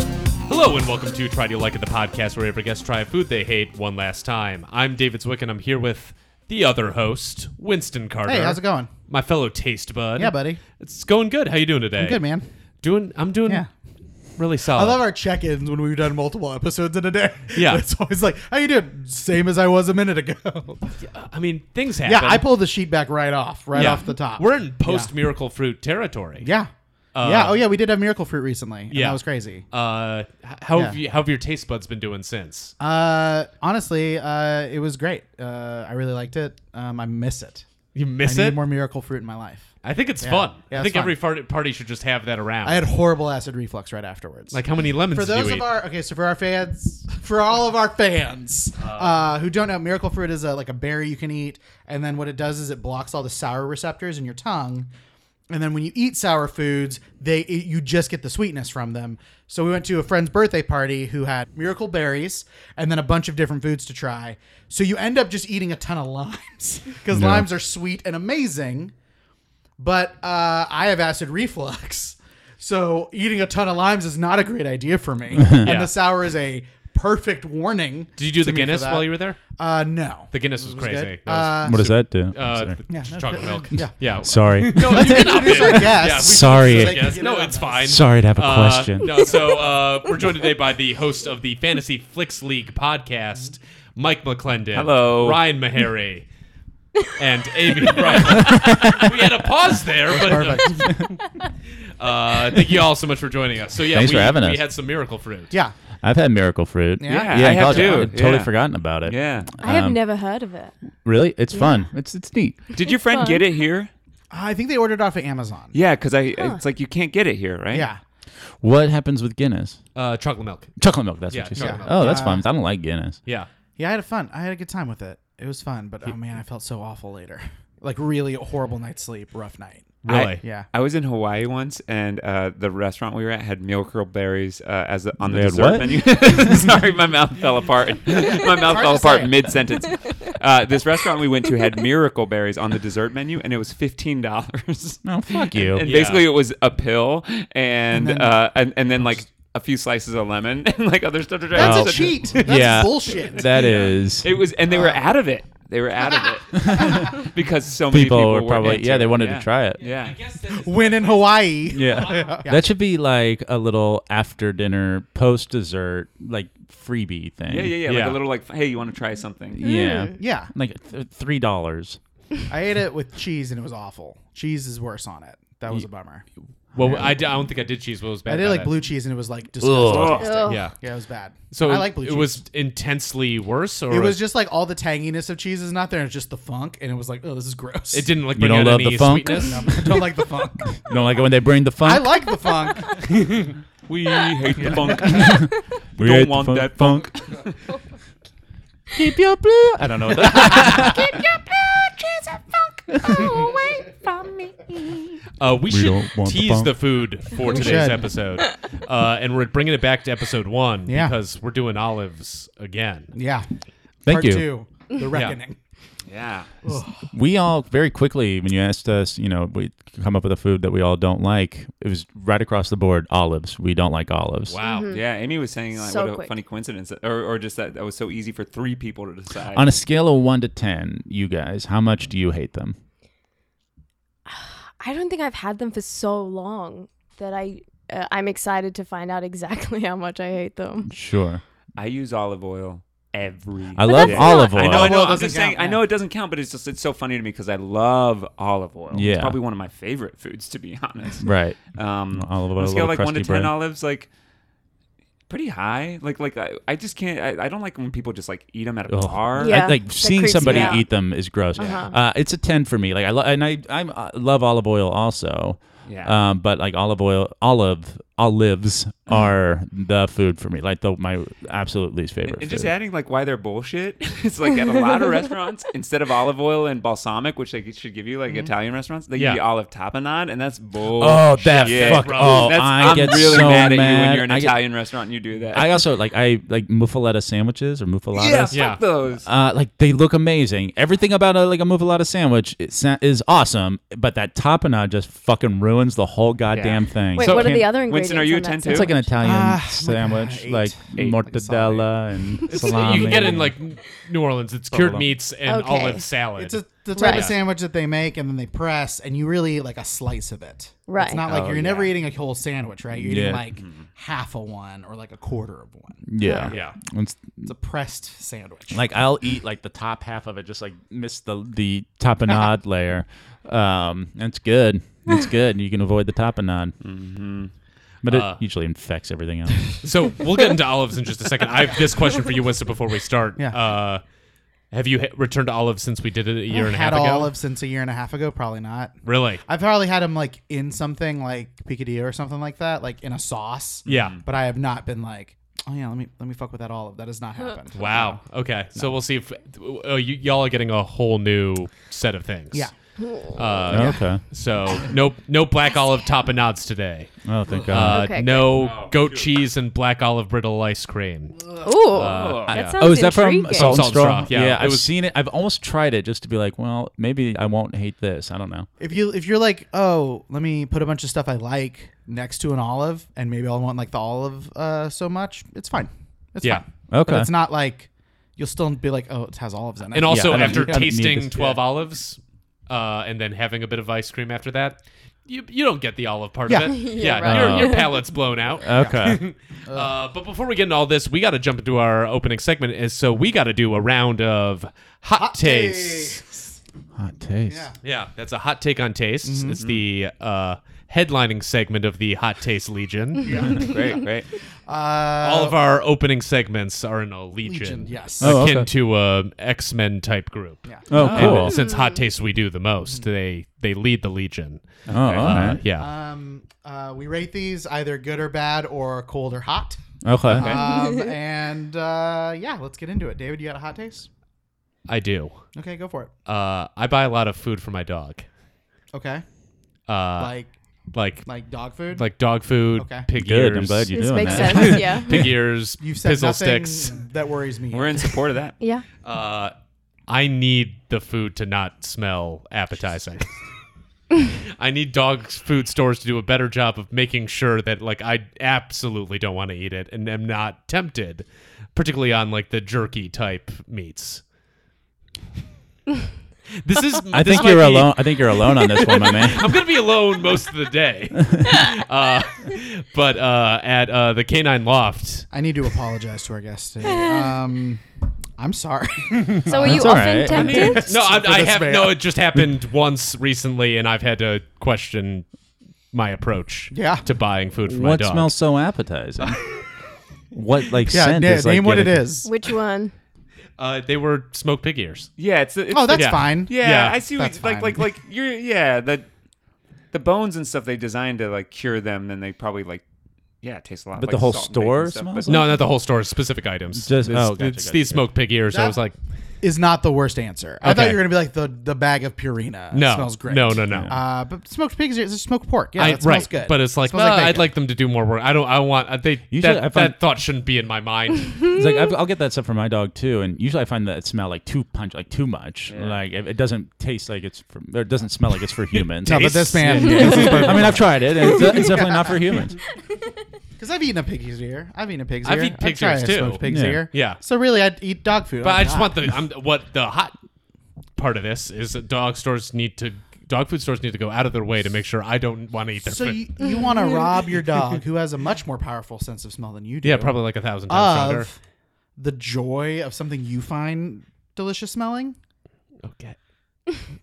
Hello and welcome to Try Do You Like It, the podcast where every guest try a food they hate one last time. I'm David Zwick and I'm here with the other host, Winston Carter. Hey, how's it going? My fellow taste bud. Yeah, buddy. It's going good. How you doing today? I'm good, man. Doing I'm doing Yeah. really solid. I love our check-ins when we've done multiple episodes in a day. Yeah. it's always like, "How you doing?" Same as I was a minute ago. I mean, things happen. yeah, I pulled the sheet back right off, right Yeah. off the top. We're in post miracle fruit territory. yeah, yeah. Oh yeah, we did have miracle fruit recently. and Yeah. that was crazy. Uh, h- how have Yeah. you, how have your taste buds been doing since? Uh, honestly, uh, it was great. Uh, I really liked it. Um, I miss it. You I miss need it? more miracle fruit in my life. I think it's fun. Yeah, I it's think fun. every fart- party should just have that around. I had horrible acid reflux right afterwards. like how many lemons for did those you of eat? our okay, so for our fans, for all of our fans uh, who don't know, miracle fruit is a, like a berry you can eat, and then what it does is it blocks all the sour receptors in your tongue, and then when you eat sour foods, they it, you just get the sweetness from them. So we went to a friend's birthday party who had miracle berries and then a bunch of different foods to try. So you end up just eating a ton of limes because limes are sweet and amazing but uh, I have acid reflux, so eating a ton of limes is not a great idea for me. And the sour is a perfect warning. did you do the to me for Guinness that. while you were there? Uh, no. The Guinness was, good. crazy. Uh, What does that do? uh, yeah, Sorry. Yeah, no, chocolate no, milk. yeah. oh, yeah. Sorry. No, you can opt introduce in. our guest. Yeah, we- Sorry. our guest. They No, can it's get on fine. Sorry to have a Uh, question. no, so uh, we're joined today by the host of the Fantasy Flicks League podcast, Mike McClendon. Hello. Ryan Meharry. And Amy Bryant. we had a pause there, but uh, thank you all so much for joining us. So yeah, Thanks we, for having we us. had some miracle fruit. Yeah. I've had miracle fruit. Yeah? yeah, Yeah, I in have college. too. I'd totally Yeah. forgotten about it. Yeah. I have Um, never heard of it. really, it's fun. It's it's neat. Did your friend fun. get it here? I think they ordered off of Amazon. Yeah, because I it's like you can't get it here, right? Yeah. What happens with Guinness? Uh, chocolate milk. Chocolate milk. That's Yeah, what you chocolate said. milk. Oh, that's Uh, fun. I don't like Guinness. Yeah. Yeah, I had a fun. I had a good time with it. It was fun, but oh man, I felt so awful later. Like really a horrible night's sleep, rough night. Really? Yeah. I was in Hawaii once, and uh, the restaurant we were at had miracle berries uh, as the, on the They had dessert what? menu. Sorry, my mouth fell apart. my mouth hard fell to apart say. mid sentence. Uh, this restaurant we went to had miracle berries on the dessert menu, and it was fifteen dollars. No, fuck you. And Yeah. basically, it was a pill, and And then- uh, and, and then like a few slices of lemon, and like other stuff to try. That's It Well, a was such cheat. That's yeah. bullshit. That is. It was, and they were out of it. They were out of it because so many people people were probably. into Yeah, they wanted Yeah. to try it. Yeah. when in Hawaii. Yeah. that should be like a little after dinner, post dessert, like freebie thing. Yeah, yeah, yeah. Like Yeah. a little like, hey, you want to try something? Yeah. Yeah. Like th- three dollars. I ate it with cheese and it was awful. Cheese is worse on it. That was a bummer. Well, I, d- I don't think I did cheese. What was bad? I did about like it. blue cheese and it was like disgusting. Ugh. Yeah. Yeah, it was bad. So I like blue it cheese. was intensely worse, or it was just like all the tanginess of cheese is not there. It's just the funk, and it was like, oh, this is gross. It didn't like You bring don't out love any the funk? sweetness. No, I don't like the funk. You don't like it when they bring the funk. I like the funk. We hate the funk. We don't hate the want funk- that funk. Keep your blue. I don't know. What that- Keep your blue cheese and funk away from me. Uh, we, should don't want the tease funk. the, food for today's should. episode, uh, and we're bringing it back to episode one Yeah. because we're doing olives again. Yeah. Thank Part you. two, the reckoning. yeah. we all very quickly when you asked us you know we come up with a food that we all don't like it was right across the board olives we don't like olives Wow. Yeah. Amy was saying like, So what a quick. funny coincidence, or, or just that that was so easy for three people to decide. on a scale of 1 to 10 you guys how much do you hate them I don't think I've had them for so long that I uh, I'm excited to find out exactly how much I hate them. sure I use olive oil every. i love that's olive oil not- I know, I Olive know. oil I'm doesn't just saying. count, I yeah. know it doesn't count, but it's just it's so funny to me because I love olive oil. Yeah. It's probably one of my favorite foods, to be honest. right Um, Olive oil, on a scale little of, like one to crusty ten bread. olives, like pretty high. Like like I, I just can't. I, I don't like when people just like eat them at a Ugh. bar. Yeah. I, like that seeing creeps somebody me out. eat them is gross. Uh-huh. Uh, it's a ten for me. Like I lo- and I I uh, love olive oil also. Yeah. Mm-hmm. Um, but like olive oil, olive olives are the food for me. Like the my absolute least favorite. And just food. adding like why they're bullshit. It's like at a lot of restaurants, instead of olive oil and balsamic, which they should give you like Italian restaurants, they Yeah. give you olive tapenade, and that's bullshit. Oh, that fuck! bro. Oh, that's, I am get really so mad mad, at you when you're in an I get- Italian restaurant and you do that. I also like I like muffaletta sandwiches or yeah, muffalettas. fuck Yeah. those. Uh, like they look amazing. Everything about a, like a muffaletta sandwich it sa- is awesome, but that tapenade just fucking ruins the whole goddamn thing. Wait, So what are can't- the other ingredients? Winston, are you a 10 too? It's like an Italian Ah, sandwich, eight. like Eight. mortadella and It's- Mm-hmm. salami. You can get it in like New Orleans. It's cured Buffalo. meats and Okay. olive salad. It's a, the type Right. of sandwich that they make and then they press, and you really eat, like a slice of it. Right. It's not like Oh, you're never yeah. eating a whole sandwich, right? You're Yeah. eating like half a one or like a quarter of one. yeah, yeah. It's- It's a pressed sandwich. like I'll eat like the top half of it, just like miss the the tapenade layer. Um, and it's good. It's good. You can avoid the tapenade, but it Uh, usually infects everything else. So we'll get into olives in just a second. I have this question for you, Winston, before we start. Yeah. Uh, have you ha- returned to olives since we did it a year and a half had ago? olives since a year and a half ago. Probably not. Really? I've probably had them like in something like picadillo or something like that, like in a sauce. Yeah. But I have not been like, oh yeah, let me let me fuck with that olive. That has not happened. Wow. Okay. So we'll see if uh, you, y'all are getting a whole new set of things. Yeah. Uh, Oh, Okay. So no no black olive tapenades today. Oh, thank God. Uh, Okay, no goat cheese and black olive brittle ice cream. Ooh, Uh, that yeah. sounds oh, is that from intriguing. Salt and Salt and Straw? Straw, yeah. It I've was- seen it. I've almost tried it just to be like, well, maybe I won't hate this. I don't know. If you if you're like, oh, let me put a bunch of stuff I like next to an olive, and maybe I'll want like the olive uh, so much, it's fine. It's Yeah. Uh-huh. fine. Okay. But it's not like you'll still be like, oh, it has olives in it. And also I don't- after I don't need tasting this. twelve olives, uh, and then having a bit of ice cream after that, you you don't get the olive part Yeah. of it. Yeah, Yeah, right. your, your palate's blown out. Okay. Uh, but before we get into all this, we got to jump into our opening segment. Is so we got to do a round of hot, tastes. Hot taste. Yeah. Yeah, that's a hot take on tastes. Mm-hmm. It's the uh, headlining segment of the Hot Taste Legion. great, great. Uh, All of our opening segments are in a legion, Legion, yes. Oh, akin okay. to a X Men type group. Yeah. Oh, And cool. since Hot Taste we do the most, they they lead the legion. Oh, all Uh, right. yeah. Um, uh, we rate these either good or bad or cold or hot. Okay. Um, and uh, yeah, let's get into it. David, you got a hot taste? I do. Okay, go for it. Uh, I buy a lot of food for my dog. Okay, Uh, like like like dog food. like dog food, Okay. pig Good. ears. I'm glad you're this doing makes that. sense. Yeah. pig ears, you've said pizzle nothing sticks. that worries me. We're in support of that. Yeah. Uh, I need the food to not smell appetizing. I need dog food stores to do a better job of making sure that like I absolutely don't want to eat it and am not tempted, particularly on like the jerky type meats. this is I this think might you're be- alone. I think you're alone on this one, my man. I'm gonna be alone most of the day. uh, but uh, at uh, the Canine Loft, I need to apologize to our guests today. Um, I'm sorry. So are you That's all often right. tempted? no, I, I this have man. no. It just happened once recently, and I've had to question my approach. Yeah. to buying food for my What dog. smells so appetizing? what like yeah, scent na- is like name what it getting- is. Which one? Uh, they were smoked pig ears. Yeah, it's, it's Oh, that's Yeah. fine. yeah, Yeah, I see. What, that's like, fine. like, like you're yeah the the bones and stuff they designed to like cure them. Then they probably like yeah, it tastes a lot. But like the whole salt and bacon store and stuff, smells but- No, not the whole store. Specific items. it's, Just- oh, gotcha, it's gotcha, these gotcha. smoked pig ears. I was like, Is not the worst answer. I thought Okay. you were gonna be like the the bag of Purina. no, it smells great. no, no, no. Uh, but smoked pigs is is smoked pork. Yeah, I, it smells right, good. but it's like, Smells "Uh, I'd bacon. like them to do more work. I don't. I want. uh, They Usually that, I find- that thought shouldn't be in my mind. It's like I've, I'll get that stuff for my dog too, and usually I find that smell like too punch, like too much. Like it, it doesn't taste like it's for, or it doesn't smell like it's for humans. No, but this man, I mean, I've tried it, and it's, it's definitely not for humans. because I've eaten a pig's ear. I've eaten a pig's I've ear. eaten pig's tried ears, a too. Smoked pig's Yeah. ear. Yeah. So really, I'd eat dog food. But I'm I just not. want the I'm, what the hot part of this is that dog stores need to dog food stores need to go out of their way to make sure I don't want to eat their So food. you, you want to rob your dog, who has a much more powerful sense of smell than you do, yeah, probably like a thousand times stronger. of the joy of something you find delicious smelling? Okay,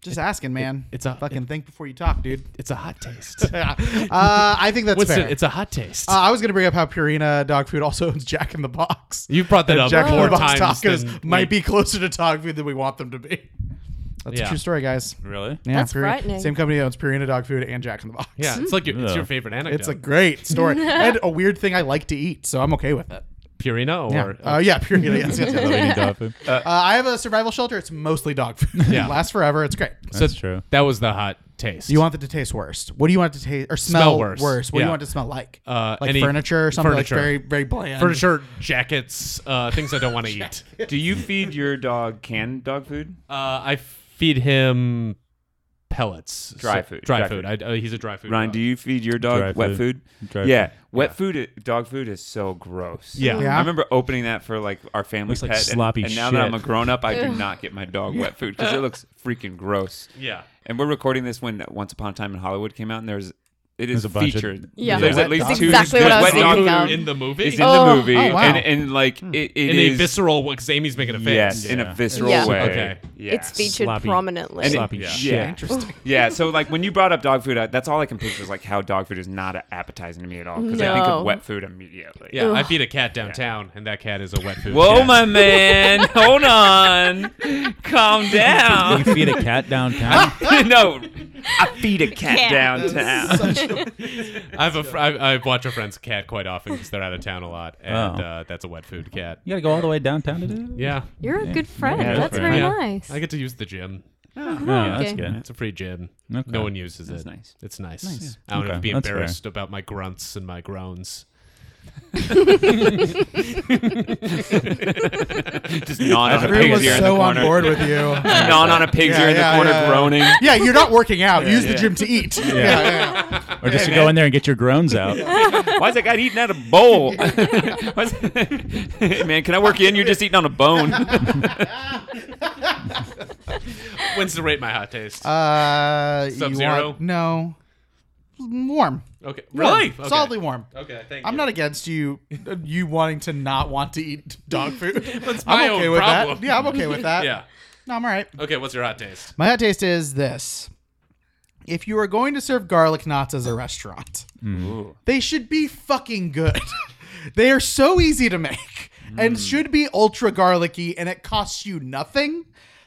Just asking, man. it's a- fucking think before you talk, dude. it's a hot taste. uh, I think that's Winston, fair. it's a hot taste. uh, I was gonna bring up how Purina dog food also owns Jack in the Box. you brought that up Jack in more the Box times tacos than might be closer to dog food than we want them to be. That's Yeah. a true story, guys. Really? Yeah, That's Purina- frightening. Same company owns Purina dog food and Jack in the Box. Yeah, it's like your, it's Yeah. your favorite anecdote. It's a great story and a weird thing I like to eat, so I'm okay with it. Purina Yeah. or Uh, yeah, Purina. Yes, yes, yes. Uh, Uh, I have a survival shelter. It's mostly dog food. Yeah. it lasts forever. It's great. So That's true. That was the hot taste. Do you want it to taste worst? What do you want it to taste or smell, Smell worse. What do Yeah. you want it to smell like? Uh, like any- furniture or something furniture. like very very bland. furniture, jackets, uh, things I don't want to eat? Uh, Do you feed your dog canned dog food? Uh, I feed him pellets. Dry food, Dry, dry food. I, uh, he's a dry food. Ryan, dog. do you feed your dog Dry wet food? food. Dry yeah, food. wet food. i- Dog food is so gross. Yeah. Yeah. I remember opening that for like our family Looks pet. like and- sloppy and, now that I'm a shit. grown up, I do not get my dog wet food because it looks freaking gross. Yeah. And we're recording this when Once Upon a Time in Hollywood came out, and there's it is There's a bunch of- featured. Yeah. there's Wet at least dog two. food. Exactly what there's I was wet dog thinking food of. in the movie. is in Oh, the movie, oh, wow. and and like it, it in a is- visceral because Amy's making a face. yes, in Yeah. a visceral Yeah. way. Okay. Yeah. It's featured Sloppy- prominently. And it- sloppy yeah. shit. Yeah. Interesting. Yeah, so like when you brought up dog food, I, that's all I can picture is like how dog food is not appetizing to me at all because I think No. of wet food immediately. Yeah, I feed a cat downtown, and that cat is a wet food. Whoa, cat. my man, hold on, calm You down. feed a cat downtown. no, I feed a cat Cat. downtown. I have a fr- I, I watch a friend's cat quite often because they're out of town a lot, and Oh. uh, that's a wet food cat. you gotta go all the way downtown to do that. Yeah, You're a good friend. Yeah, That's that's very yeah. nice. I get to use the gym. No, that's okay. good. It's a free gym. Okay. No one uses it. nice. It's nice. I don't Okay, have to be that's fair. embarrassed about my grunts and my groans. Just gnawn on a Everyone pig's was ear in the so on corner. board with you. Gnawn on a pig's Yeah, ear in the yeah, corner, yeah, yeah. groaning. Yeah, you're not working out. Use the yeah. gym to eat. Yeah, yeah, yeah. Or just to go in there and get your groans out. Why's that guy eating out of a bowl? Why's- hey, man, can I work you in? You're just eating on a bone. When's the rate my hot taste? Uh, you Sub-Zero? want- No. Warm. okay, Warm. really? Okay. Solidly warm. Okay, thank you. I'm not against you uh, you wanting to not want to eat dog food. That's my I'm okay own with problem. that. Yeah, I'm okay with that. Yeah. No, I'm all right. Okay, what's your hot taste? My hot taste is this. If you are going to serve garlic knots as a restaurant, Mm. they should be fucking good. they are so easy to make and Mm. should be ultra garlicky and it costs you nothing.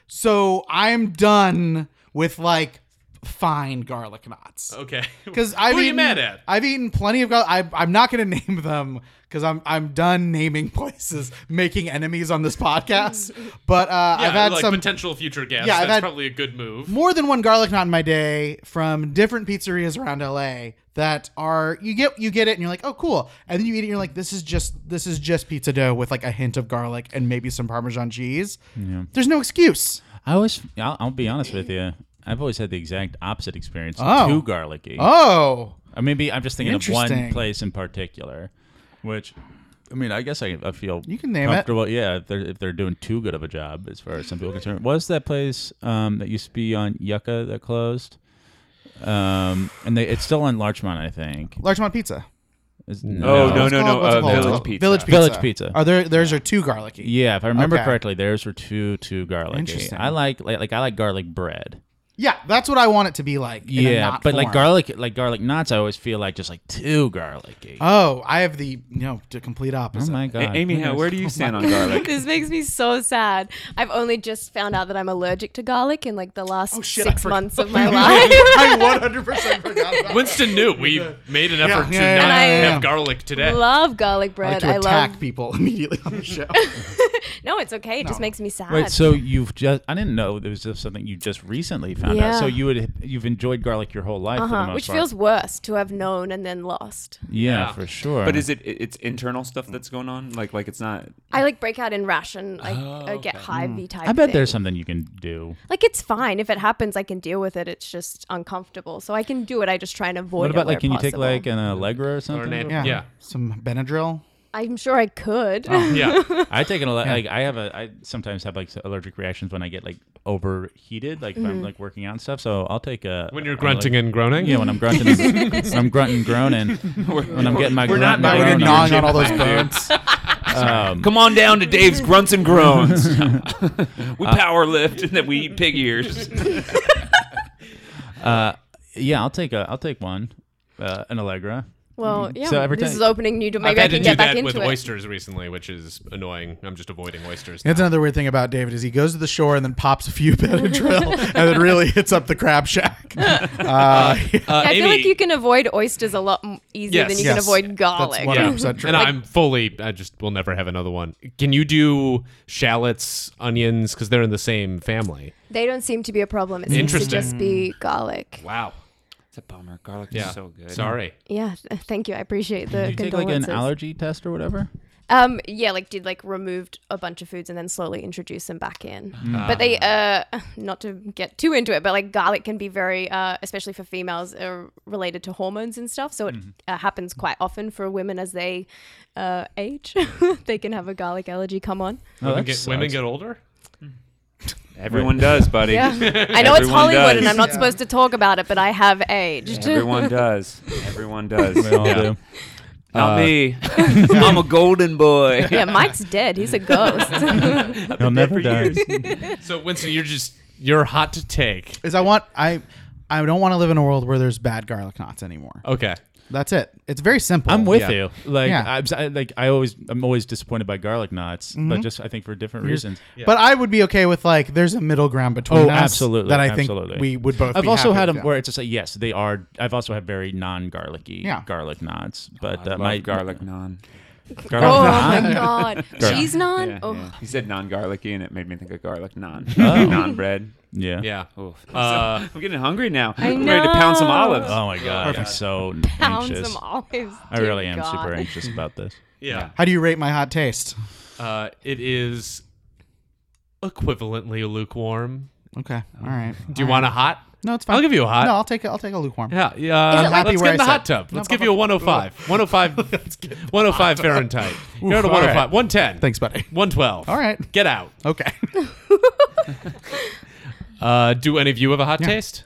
So I'm done with like fine garlic knots. Okay. Because I've Who are you eaten, mad at? I've eaten plenty of. Go- I, I'm not going to name them because I'm I'm done naming places, making enemies on this podcast. But uh, Yeah, I've had like some potential future guests. Yeah, I've that's had- probably a good move. more than one garlic knot in my day from different pizzerias around LA that are you get you get it and you're like oh cool and then you eat it and you're like this is just this is just pizza dough with like a hint of garlic and maybe some parmesan cheese. There's no excuse. I always, I'll, I'll be honest with you. I've always had the exact opposite experience. Oh. Too garlicky. Oh, Or maybe I'm just thinking of one Interesting. place in particular, which, I mean, I guess I, I feel You can name it. comfortable. Yeah, if they're if they're doing too good of a job as far as some people are concerned. Was that place um, that used to be on Yucca that closed? Um, and they it's still on Larchmont, I think. largemount pizza. Is- Oh, no, It's no, called- what's no. it Uh, called? Village Pizza. Village pizza. Village Pizza. Are there? Theirs are too garlicky. Yeah, if I remember Okay. correctly, theirs were too too garlicky. Interesting. I like, like like I like garlic bread. Yeah, that's what I want it to be like. in a Yeah, knot but like form. garlic like garlic knots, I always feel like just like too garlicky. Oh, I have the you know the complete oh opposite. my god, Amy, Who how, knows? where do you stand on garlic? this makes me so sad. I've only just found out that I'm allergic to garlic in like the last Oh, Oh, shit, I six forgot. months of my life. I 100 percent forgot about. Winston knew we made an effort yeah, yeah, to not yeah, yeah, have yeah. garlic today. love I garlic like bread. to I, attack love. people immediately on the show. No, it's okay. It just makes me sad. Wait, so you've just—I didn't know it was just something you just recently found out. Yeah. So you would you've enjoyed garlic your whole life, for the uh-huh. most Which part. feels worse to have known and then lost. yeah, Yeah. for sure. But is it it's internal stuff that's going on? Like like it's not I like break out in rash and I, I get hivey type. Oh, Hmm. I bet thing. there's something you can do. like it's fine if it happens. I can deal with it. It's just uncomfortable, so I can do it. I just try and avoid. What it about where like can you take possible. like an Allegra or something? Or an ant- Yeah. yeah. Some Benadryl. I'm sure I could. Oh. Yeah. I take an Alle- like I have a I sometimes have like allergic reactions when I get like overheated, like if Mm-hmm. I'm like working out and stuff. So I'll take a When you're a- grunting and groaning. yeah, when I'm grunting, and- when I'm grunting, groaning, when I'm getting my We're not grunt, my knowing When you're no, gnawing groan no, no. on all those bones. Um, Come on down to Dave's Grunts and Groans. we power lift and then we eat pig ears. uh, yeah, I'll take a I'll take one, uh, an Allegra. Well, yeah. Mm-hmm. So every this time- is opening new. to I've Maybe I had to can do get back that into with it. oysters recently, which is annoying. I'm just avoiding oysters. That's now. another weird thing about David is he goes to the shore and then pops a few Benadryl and then really hits up the crab shack. Uh, Uh, I feel Amy- like you can avoid oysters a lot m- easier Yes. than you can Yes. avoid That's garlic. what Yeah. 100% true. And I'm fully, I just will never have another one. Can you do shallots, onions? Because they're in the same family. They don't seem to be a problem. It seems to Interesting. just be garlic. Wow. It's a bummer. Garlic Yeah. is so good. Sorry. Yeah, th- thank you. I appreciate Do the you take like condolences. an allergy test or whatever? Um, yeah, like did like removed a bunch of foods and then slowly introduced them back in. But they, uh, not to get too into it, but like garlic can be very, uh, especially for females, uh, related to hormones and stuff. So it uh, happens quite often for women as they uh, age. they can have a garlic allergy come on. Oh, women, that get, women sucks. get older. Everyone does, buddy. Yeah, I know it's Everyone Hollywood does. and I'm not Yeah. supposed to talk about it, but I have aged. Everyone does. Everyone does. They all do. Not me. I'm a golden boy. yeah, Mike's dead. He's a ghost. They'll never for die. So Winston, you're just you're hot to take. Is I want I I don't want to live in a world where there's bad garlic knots anymore. Okay. That's it. It's very simple. Oh. I'm with Yeah. you. Like Yeah. I'm, s- I, like I always, I'm always disappointed by garlic knots, Mm-hmm. but just I think for different reasons. But I would be okay with like there's a middle ground between Oh, us absolutely, that I think absolutely. we would both. I've be also happy had with them where it's just like yes, they are. I've also had very non-garlicky Yeah. garlic knots, but I uh, love my garlic naan. garlic oh knot. my god, cheese naan. Yeah, oh. yeah. He said non-garlicky, and it made me think of garlic naan. Oh. Naan bread. Yeah. Yeah. Oof. Uh, I'm getting hungry now. I I'm ready to pound some know. Uh, olives. Oh my god, I'm Perfect. so pounds anxious. of olives. I dear really am God. super anxious about this. yeah. How do you rate my hot taste? Uh, it is equivalently lukewarm. Okay, all right. Do you want a hot? No, it's fine. I'll give you a hot. No, I'll take it. I'll take a lukewarm. Yeah, yeah. um, it like- let's Happy where get in the I hot said- tub. No, Let's no, give you a no. 105. 105. 105 Fahrenheit. You're at a Oof, all right. 105. 110. Thanks, buddy. 112. All right. Get out. Okay. Uh, do any of you have a hot taste?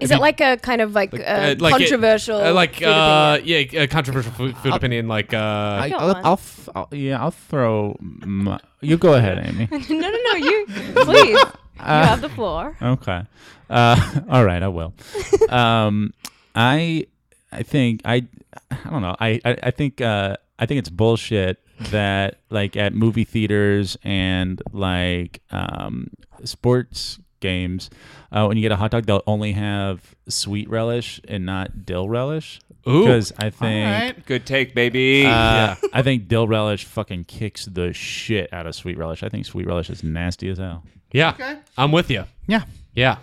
Is it like a kind of like, uh, Uh, like it- controversial? uh, like food uh, opinion? yeah, a controversial food, food opinion. Like uh, I, got I'll, one. I'll, f- I'll- yeah, I'll throw. My, you go ahead, Amy. no, no, no. You please. Uh, you have the floor. Okay. Uh, all right, I will. Um, I I think I I don't know. I I, I think uh, I think it's bullshit that like at movie theaters and like um, sports games uh, when you get a hot dog they'll only have sweet relish and not dill relish Ooh. because I think right. Good take, baby. uh, I think dill relish fucking kicks the shit out of sweet relish. I think sweet relish is nasty as hell. yeah, I'm with you. Yeah. Yeah,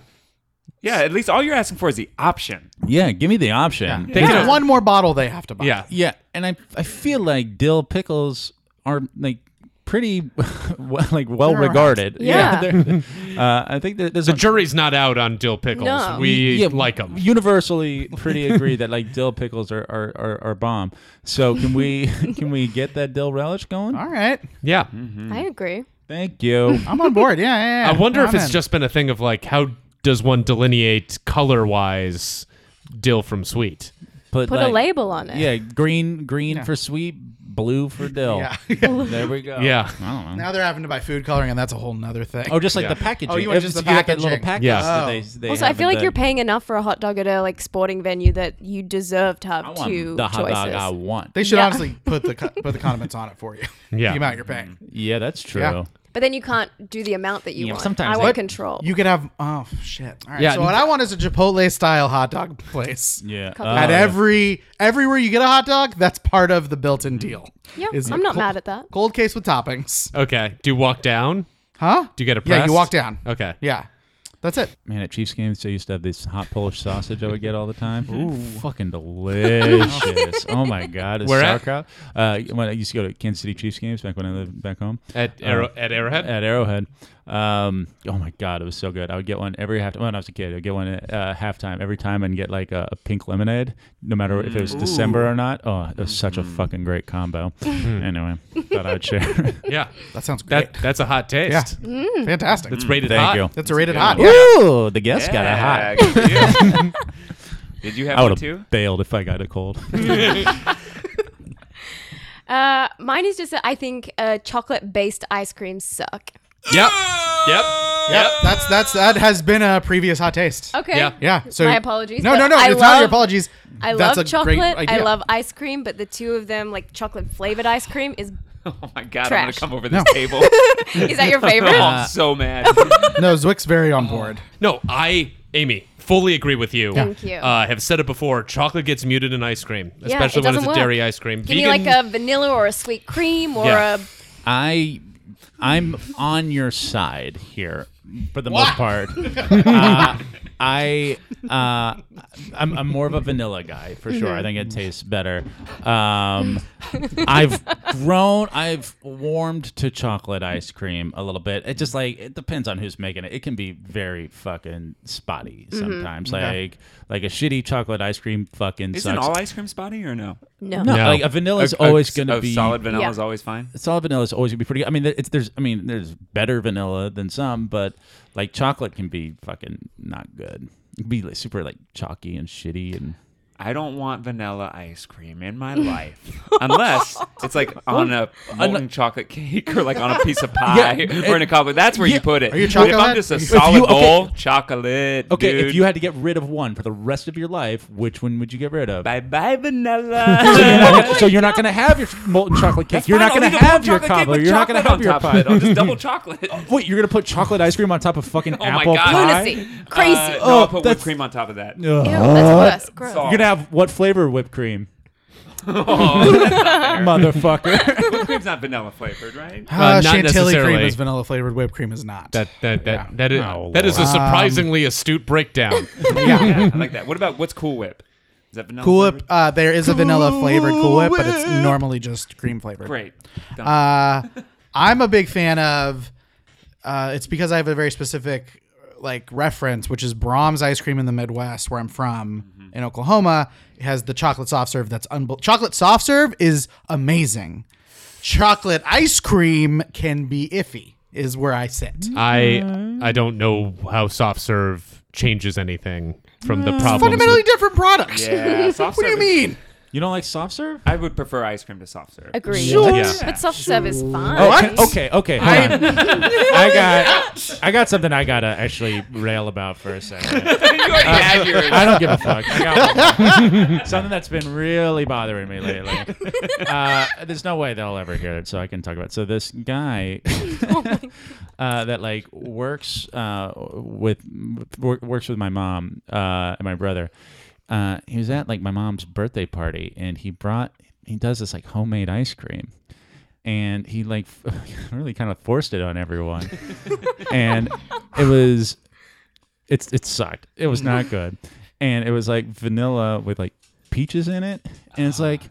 yeah, at least all you're asking for is the option. Yeah, give me the option. They Take it got one more bottle they have to buy. yeah. Yeah, and I I feel like dill pickles are like pretty well, like well alright. regarded. Yeah. they're- uh, I think that there's The a jury's not out on dill pickles. No. We yeah, like them. Universally, pretty agree that like dill pickles are are, are, are bomb. So can we can we get that dill relish going? All right. Yeah. um, I agree. Thank you. I'm on board. Yeah, yeah. I yeah. wonder if I'm it's in. just been a thing of like how does one delineate color wise dill from sweet? Put a like, label on it. Yeah, green green for sweet, blue for dill. Yeah. There we Oh. go. Yeah. I don't know. now they're having to buy food coloring, and that's a whole nother thing. Oh, just like Yeah. the packaging. Oh, you want If just you the look at little packaging. packets Yeah. that Oh. they, they Also, I have feel in like you're the- paying enough for a hot dog at a like sporting venue that you deserve to have I want two the hot dog choices. I want. They should Yeah. honestly put the co- put the condiments on it for you. Yeah. the amount you're paying. Yeah, that's true. Yeah. but then you can't do the amount that you Yeah, want. sometimes I I- But want control. You could have oh shit. All right. Yeah. So what I want is a Chipotle style hot dog place. Yeah. Uh, Couple At Oh, every everywhere you get a hot dog, that's part of the built-in deal. yeah, Is I'm not cold- mad at that. Cold case with toppings, Okay. Do you walk down? huh? Do you get a yeah, press? you walk down. Okay. Yeah, that's it. Man, at Chiefs games, they used to have this hot Polish sausage I would get all the time. Ooh. Fucking delicious. oh, my God. It's Where at? sauerkraut. Uh, when I used to go to Kansas City Chiefs games back when I lived back home At Arrow, at Arrowhead. at Arrowhead. Um, oh, my God. It was so good. I would get one every half When I was a kid, I would get one at uh, halftime every time and get like a, a pink lemonade, no matter if it was December or not. Oh, it was such a fucking great combo. anyway, thought I would share. yeah. That sounds great. That that's a hot taste. Yeah. Mm. Fantastic. It's rated Thank hot. you. That's a rated hot. Yeah. Ooh, the guest got a hot. Yeah, good for you. Did you have I one would too? have bailed if I got a cold. Uh, mine is just that I think uh, chocolate based ice creams suck. Yep. Yep. Yep. That's that's that has been a previous hot taste. Okay. Yeah. Yeah. So My apologies, No, but no, no. I it's not your love- apologies. I That's love a great chocolate. I idea. love ice cream, but the two of them, like chocolate flavored ice cream, is Oh my god, I'm gonna Trash. come over this No. table. is that your favorite? Oh, I'm so mad. No, Zwick's very on board. No, I Amy fully agree with you. Thank you. Uh, have said it before. Chocolate gets muted in ice cream, it especially when it's doesn't a work. dairy ice cream. Give me like a vanilla or a sweet cream or Yeah. a I I'm on your side here for the most part. Uh, I uh, I'm, I'm more of a vanilla guy for sure. I think it tastes better. Um, I've grown, I've warmed to chocolate ice cream a little bit. It just like it depends on who's making it. It can be very fucking spotty sometimes. Like like a shitty chocolate ice cream fucking Isn't sucks. all ice cream spotty or no? No. no, No. like a vanilla is A- a- always gonna a be solid vanilla is Yeah. always fine. solid vanilla is always gonna be pretty good. I mean, there- it's there's I mean there's better vanilla than some, but like chocolate can be fucking not good. It can be like super like chalky and shitty and I don't want vanilla ice cream in my life unless it's like on a molten chocolate cake or like on a piece of pie Yeah, or in a cup. That's where yeah. you put it. Are you But If I'm chocolate? just a If solid you- okay. bowl, chocolate. okay. dude. If you had to get rid of one for the rest of your life, which one would you get rid of? bye bye So you're vanilla. not gonna, so you're not gonna have your molten chocolate cake. You're not Fine, gonna I'll leave a have bowl your chocolate cake cobbler. with You're not gonna have chocolate your on top of it. I'll pie. just double chocolate. Uh, Wait, you're gonna put chocolate ice cream on top of fucking Oh my apple God. pie? Lunacy. Uh, Crazy. no, I'll Oh, put whipped that's- cream on top of that. Ugh. Ew, that's worse. Gross. Salt. You're gonna have what flavor whipped cream, motherfucker? Oh, Whipped cream's not vanilla flavored, right? Uh, not chantilly cream necessarily. is vanilla flavored. Whipped cream is not. That that that that is Oh, that is a surprisingly astute breakdown. Yeah, I like that. What about what's Cool Whip? Is that vanilla? Cool Whip. flavored? Uh, there is a vanilla flavored Cool Whip, but it's normally just cream flavored. Great. Done. Uh, I'm a big fan of. Uh, it's because I have a very specific like reference, which is Brahms ice cream in the Midwest, where I'm from Mm-hmm. in Oklahoma. It has the chocolate soft serve. That's unbel- chocolate soft serve is amazing. Chocolate ice cream can be iffy. Is where I sit. Mm-hmm. I I don't know how soft serve changes anything from Mm. the problems. Fundamentally with- different product. yeah. Soft What do you serve is- mean? you don't like soft serve? I would prefer ice cream to soft serve. Agreed. Sure. Yeah. But soft serve is fine. Oh, can- okay, okay. Hold on. I got, I got something I gotta actually rail about for a second. you already had yours. I don't give a fuck. I got one. something that's been really bothering me lately. Uh, there's no way they'll ever hear it, so I can talk about. It. So this guy uh, that like works uh, with wor- works with my mom uh, and my brother. Uh, he was at like my mom's birthday party, and he brought he does this like homemade ice cream, and he like really kind of forced it on everyone, and it was it's it sucked. It was not good, and it was like vanilla with like peaches in it, and it's like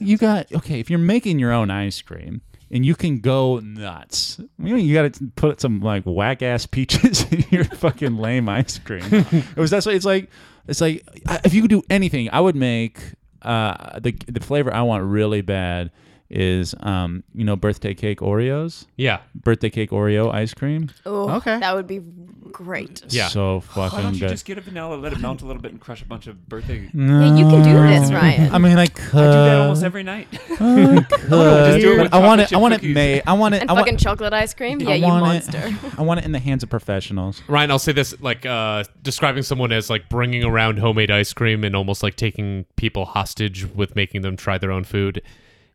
you got okay if you're making your own ice cream and you can go nuts. You, know, you got to put some like whack ass peaches in your fucking lame ice cream. it was that's why it's like it's like I- if you could do anything, I would make uh the the flavor I want really bad is um you know birthday cake Oreos, yeah. birthday cake Oreo ice cream. Ooh, Okay. That would be great. Yeah. so fucking Why don't you good. Mm, just get a vanilla, let it melt a little bit, and crush a bunch of birthday? Yeah, you can do this, Ryan. I mean, I I could. do that almost every night. could. Just do it with I want it. I chocolate want it chip cookies. made. I want it. and I want, fucking chocolate ice cream? Yeah, I you want monster. It, I want it in the hands of professionals. Ryan, I'll say this like uh, describing someone as like bringing around homemade ice cream and almost like taking people hostage with making them try their own food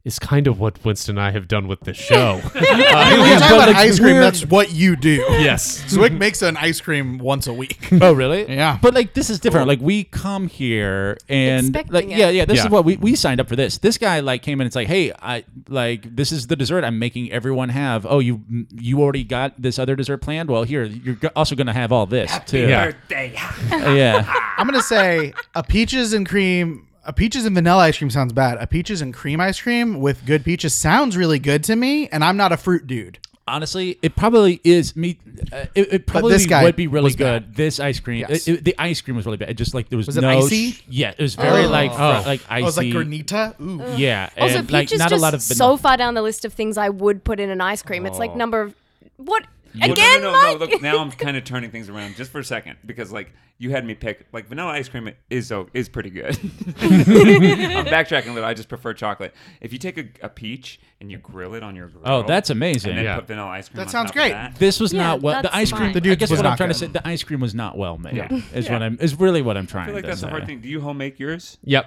is kind of what Winston and I have done with this show. Hey, when you talk but, about like, ice cream, we're- that's what you do. yes. Zwick makes an ice cream once a week. Oh, really? Yeah. But like, this is different. Like, we come here and Expecting like, it. yeah, yeah. This Yeah. is what we, we signed up for. This this guy like came in. It's like, hey, I like this is the dessert I'm making everyone have. Oh, you you already got this other dessert planned. Well, here you're go- also gonna have all this too. Yeah. Birthday. yeah. I'm gonna say a peaches and cream, a peaches and vanilla ice cream sounds bad. A peaches and cream ice cream with good peaches sounds really good to me, and I'm not a fruit dude. Honestly, it probably is me. Uh, it, it probably this guy would be really was good. bad. This ice cream, Yes. it- it- the ice cream was really bad. It just like there was, it no. icy? sh- yeah, it was very Oh. like fr- Oh. like I icy. was like granita. Ooh, Yeah, Also, and like peaches not just a lot of so far down the list of things I would put in an ice cream. It's like number of what Well, again, Oh. no, no, no, Mike? no, Look, now I'm kind of turning things around just for a second because, like, you had me pick like vanilla ice cream is so is pretty good. I'm backtracking a little. I just prefer chocolate. If you take a, a peach and you grill it on your grill, Oh, that's amazing. And then Yeah. put vanilla ice cream. That on sounds top of great. that. This was Yeah, not what the that's ice fine. cream. The I dude guess was what I'm not trying to good. say. The ice cream was not well made. Yeah. Is Yeah. what I'm. Is really what I'm trying I feel like to that's say. a hard thing. Do you home make yours? Yep.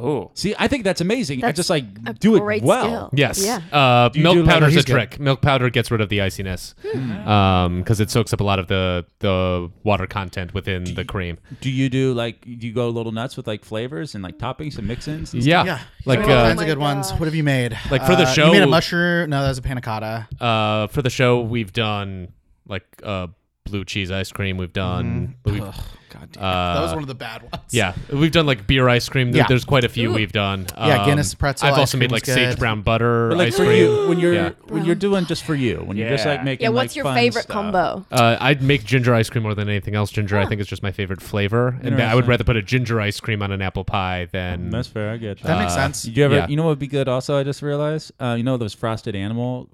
Oh, See, I think that's amazing. I That's just like a do it great well. skill. Yes. Yeah. Uh, you do milk like- powder's he's a trick. Milk powder gets rid of the iciness Um 'cause because it soaks up a lot of the, the water content within the cream. Do you do like do you go a little nuts with like flavors and like toppings and mix-ins? and Yeah. yeah, Like all uh, kinds of good Oh my ones. gosh. What have you made? Like, for the Uh, show- you made a mushroom. No, that was a panna cotta. uh, Mm-hmm. for the show, we've done like uh, blue cheese ice cream. We've done we've, God damn. Uh, that was one of the bad ones. Yeah, we've done like beer ice cream. There- Yeah. There's quite a few Ooh. we've done. Um, Yeah, Guinness pretzel I've ice also made cream's like sage good. brown butter But like ice for cream. you, when you're Yeah. when you're doing just for you, when you're just like Yeah. making Yeah, what's like, your fun favorite stuff. combo? Uh, I'd make ginger ice cream more than anything else. Ginger, I think, is just my favorite flavor, and I would Interesting. rather put a ginger ice cream on an apple pie than That's fair. I get That that. makes sense. Did Uh, you ever? yeah. You know what would be good? Also, I just realized. Uh, you know those frosted animal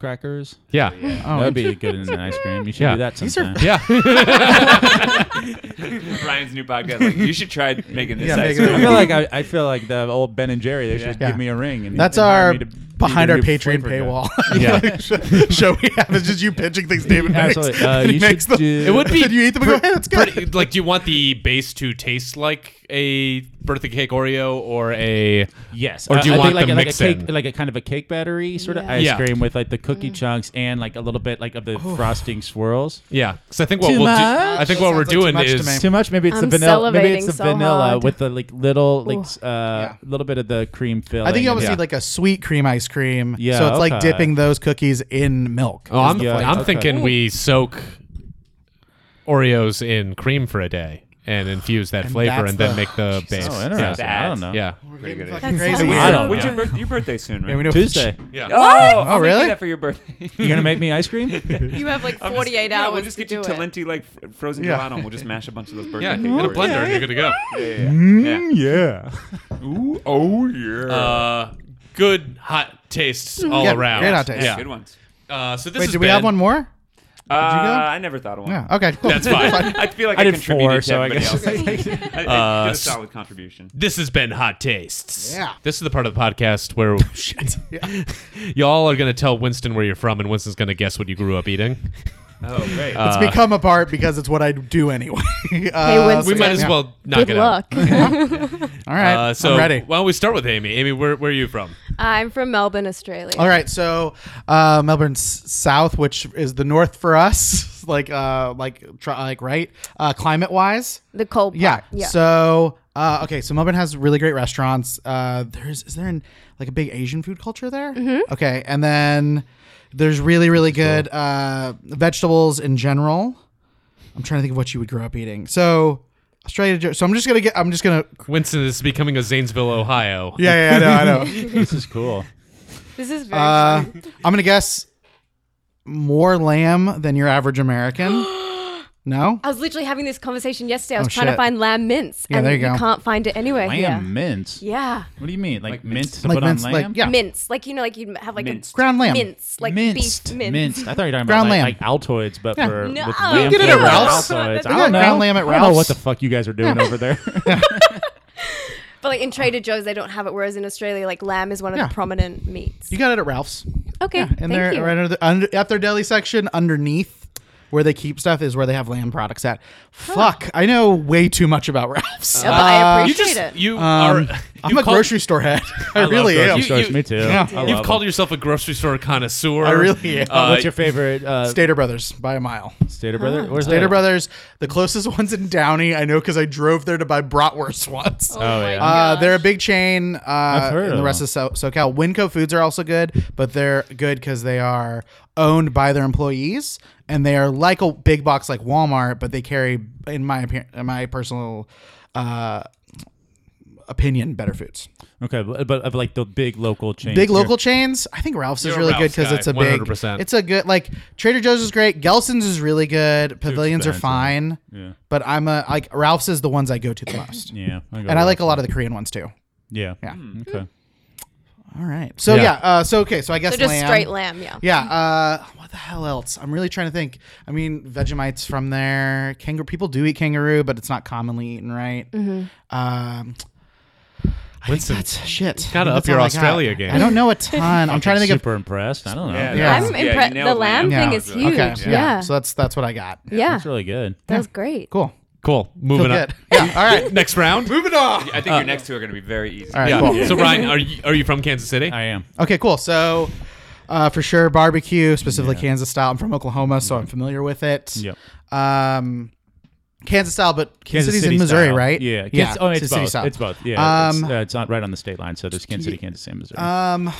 crackers? yeah, that would be good in an ice cream. You should Yeah. do that Oh, These are- sometime. yeah. Ryan's new podcast. Like, you should try making this. Yeah, ice make it- cream. I feel like I, I feel like the old Ben and Jerry. They should Yeah. give me a ring. And, That's and hire our me to be behind the our new Patreon flavor guy. paywall. Yeah. show we have is just you pitching things David makes. Absolutely. Uh, and he you makes should them. do- It would be And you eat them and go, hey, that's good. pretty- like, do you want the base to taste like a birthday cake Oreo or a? Yes. Uh, Or do you I want think like, the a- like a mix-in? cake, like a kind of a cake battery sort of Yeah. ice Yeah. cream with like the cookie Mm. chunks and like a little bit like of the frosting swirls? Yeah, because I think what Too we'll much? do, I think what That we're sounds like too doing much to is me. It's too much. Maybe it's I'm the vanilla. Maybe salivating it's the so vanilla hard. with the like little like Ooh. s- uh, little bit of the cream filling. I think you almost Yeah. need like a sweet cream ice cream. Yeah, So it's like okay. dipping those cookies in milk. Oh, I'm, the flavor. I'm Okay. thinking we soak Oreos in cream for a day and infuse that flavor that's and then the- make the base. Oh, interesting. I don't That's- know. Yeah. Pretty good idea. Fucking That crazy. sounds I don't When's know. your, birth- your birthday soon, right? Yeah, we know- Tuesday. Yeah. Oh, I'll Oh, make you really? That for your birthday. You're gonna make me ice cream? You have like 48 Yeah, hours We'll just to get you do it. Talenti like f- frozen Yeah. gelato. and We'll just mash a bunch of those birthday. Yeah, cake you get a Oreos. blender and you're good to go. Yeah. yeah. Mm, Ooh, oh yeah. Uh, good hot tastes all Mm-hmm. Yeah, around. great hot tastes. Yeah. Good ones. Uh, so this Wait, has do we been- have one more? Uh, go? I never thought of one. Yeah. Okay. Cool. That's fine. I feel like I, Uh, I did contributed four, to so I everybody guess. else. I, I did a solid contribution. This has been Hot Tastes. Yeah. This is the part of the podcast where Shit. Yeah. y'all are going to tell Winston where you're from, and Winston's going to guess what you grew up eating. Uh, Oh, great. It's become a part because it's what I do anyway. Uh, Winston. We might so yeah, as yeah. well knock Good it luck. All out. right. Uh, so I'm ready. why don't we start with Amy? Amy, where, where are you from? I'm from Melbourne, Australia. All right, so uh, Melbourne's south, which is the north for us, like uh, like tr- like right, uh, climate wise. The cold. part. Yeah. Yeah. So uh, okay, so Melbourne has really great restaurants. Uh, there's is there an, like a big Asian food culture there? Mm-hmm. Okay, and then there's really really good uh, vegetables in general. I'm trying to think of what you would grow up eating. So Australia. So I'm just gonna get. I'm just gonna. Winston is becoming a Zanesville, Ohio. Yeah, yeah, I know, I know. This is cool. this is very. Uh, I'm gonna guess more lamb than your average American. no, I was literally having this conversation yesterday. I was Oh, trying shit. to find lamb mince, Yeah, and there you go. can't find it anywhere Lamb here. mince. Yeah, What do you mean? Like, Like mince minced. to like put mince, on like lamb? yeah, mince. Like you know, like you'd have like Minced. a ground lamb. mince, like minced, beef mince. minced. I thought you were talking Ground about like, lamb. like Altoids, but Yeah. for No. with You lamb get it at flavor. Ralph's. Altoids. They I got don't know. ground lamb at I don't know Ralph's. what the fuck you guys are doing over there. But like in Trader Joe's, they don't have it. Whereas in Australia, like lamb is one of Yeah. the prominent meats. you got it at Ralph's. okay, and thank they're you. right under, the, under at their deli section underneath where they keep stuff is where they have lamb products at. Fuck, I know way too much about Ralph's. No, but Oh, I You appreciate just it. you are. Um, You I'm a call- grocery store head. I, love really grocery am. store. Stores, you- me too. yeah. I You've love called them. yourself a grocery store connoisseur. I really am. Uh, What's your favorite uh, Stater Brothers by a mile. Stater brother? Oh. Where's Stater that? Brothers, the closest one's in Downey. I know because I drove there to buy bratwurst once. Oh, Oh, yeah. my Uh, gosh. they're a big chain. Uh, heard in of the rest them. of so- SoCal, Winco Foods are also good, but they're good because they are owned by their employees, and they are like a big box like Walmart, but they carry, in my opi- in my personal uh, opinion, better foods. Okay, but, but of like the big local chain. Big local chains, I think Ralph's is You're a really good Ralph's because guy, it's a 100%. big. It's a good like Trader Joe's is great. Gelson's is really good. Pavilions are expensive. fine, Yeah. but I'm a like Ralph's is the ones I go to the most, Yeah. go and I with like that. a lot of the Korean ones too. Yeah. Yeah. Okay. All right. So Yeah. yeah. uh, so okay. So I guess So just lamb. straight lamb. Yeah. Yeah. Uh, what the hell else? I'm really trying to think. I mean, Vegemite's from there. Kangaroo. People do eat kangaroo, but it's not commonly eaten, right? Mm-hmm. Um, Winston, that's shit. gotta I up think that's your all I Australia got. game. I don't know a ton. I'm trying to think super impressed. I don't know. Yeah. Yeah. I'm you impressed. nailed the it. lamb Yeah. thing is of. huge. Okay. Yeah. So that's that's what I got. Yeah. That's really good. That was great. Cool. Cool. Moving Feel on. good. Yeah. All right. Next round. Moving on. I think your next two are going to be very easy. All right. Yeah. Cool. So Ryan, are you are you from Kansas City? I am. Okay. Cool. So. Uh, for sure, barbecue, specifically Kansas style. I'm from Oklahoma, so I'm familiar with it. Yep. Um, Kansas style, but Kansas Kansas City's City in Missouri, style. right? Yeah. yeah. Kansas- oh, it's Kansas City both. style. It's both. Yeah. Um, it's, uh, it's not right on the state line, so there's Kansas City, Kansas City, Missouri. Um,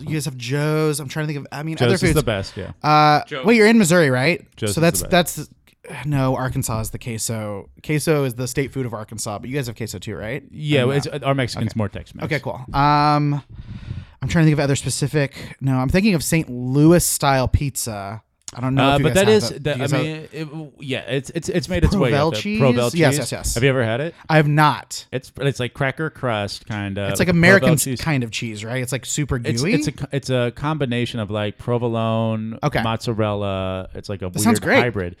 you guys have Joe's. I'm trying to think of. I mean, Joe's other is foods. the best. Yeah. Uh, wait, you're in Missouri, right? Joe's so is that's the that's no, Arkansas is the queso. Queso is the state food of Arkansas, but you guys have queso too, right? Yeah, Or no? it's, our Mexican's more Tex-Mex. Okay, cool. Um, I'm trying to think of other specific. No, I'm thinking of St. Louis style pizza. I don't know, Uh, if you but guys that have is, it. that, Do I you guys have- mean, it, yeah, it's it's it's made its way Provel up there. cheese? Provel Yes, cheese. yes, yes. Have you ever had it? I have not. It's it's like cracker crust kind of. It's like American kind of cheese, right? It's like super gooey. Uh, It's, it's a co- it's a combination of like provolone, Okay. mozzarella. It's like a weird sounds great. hybrid.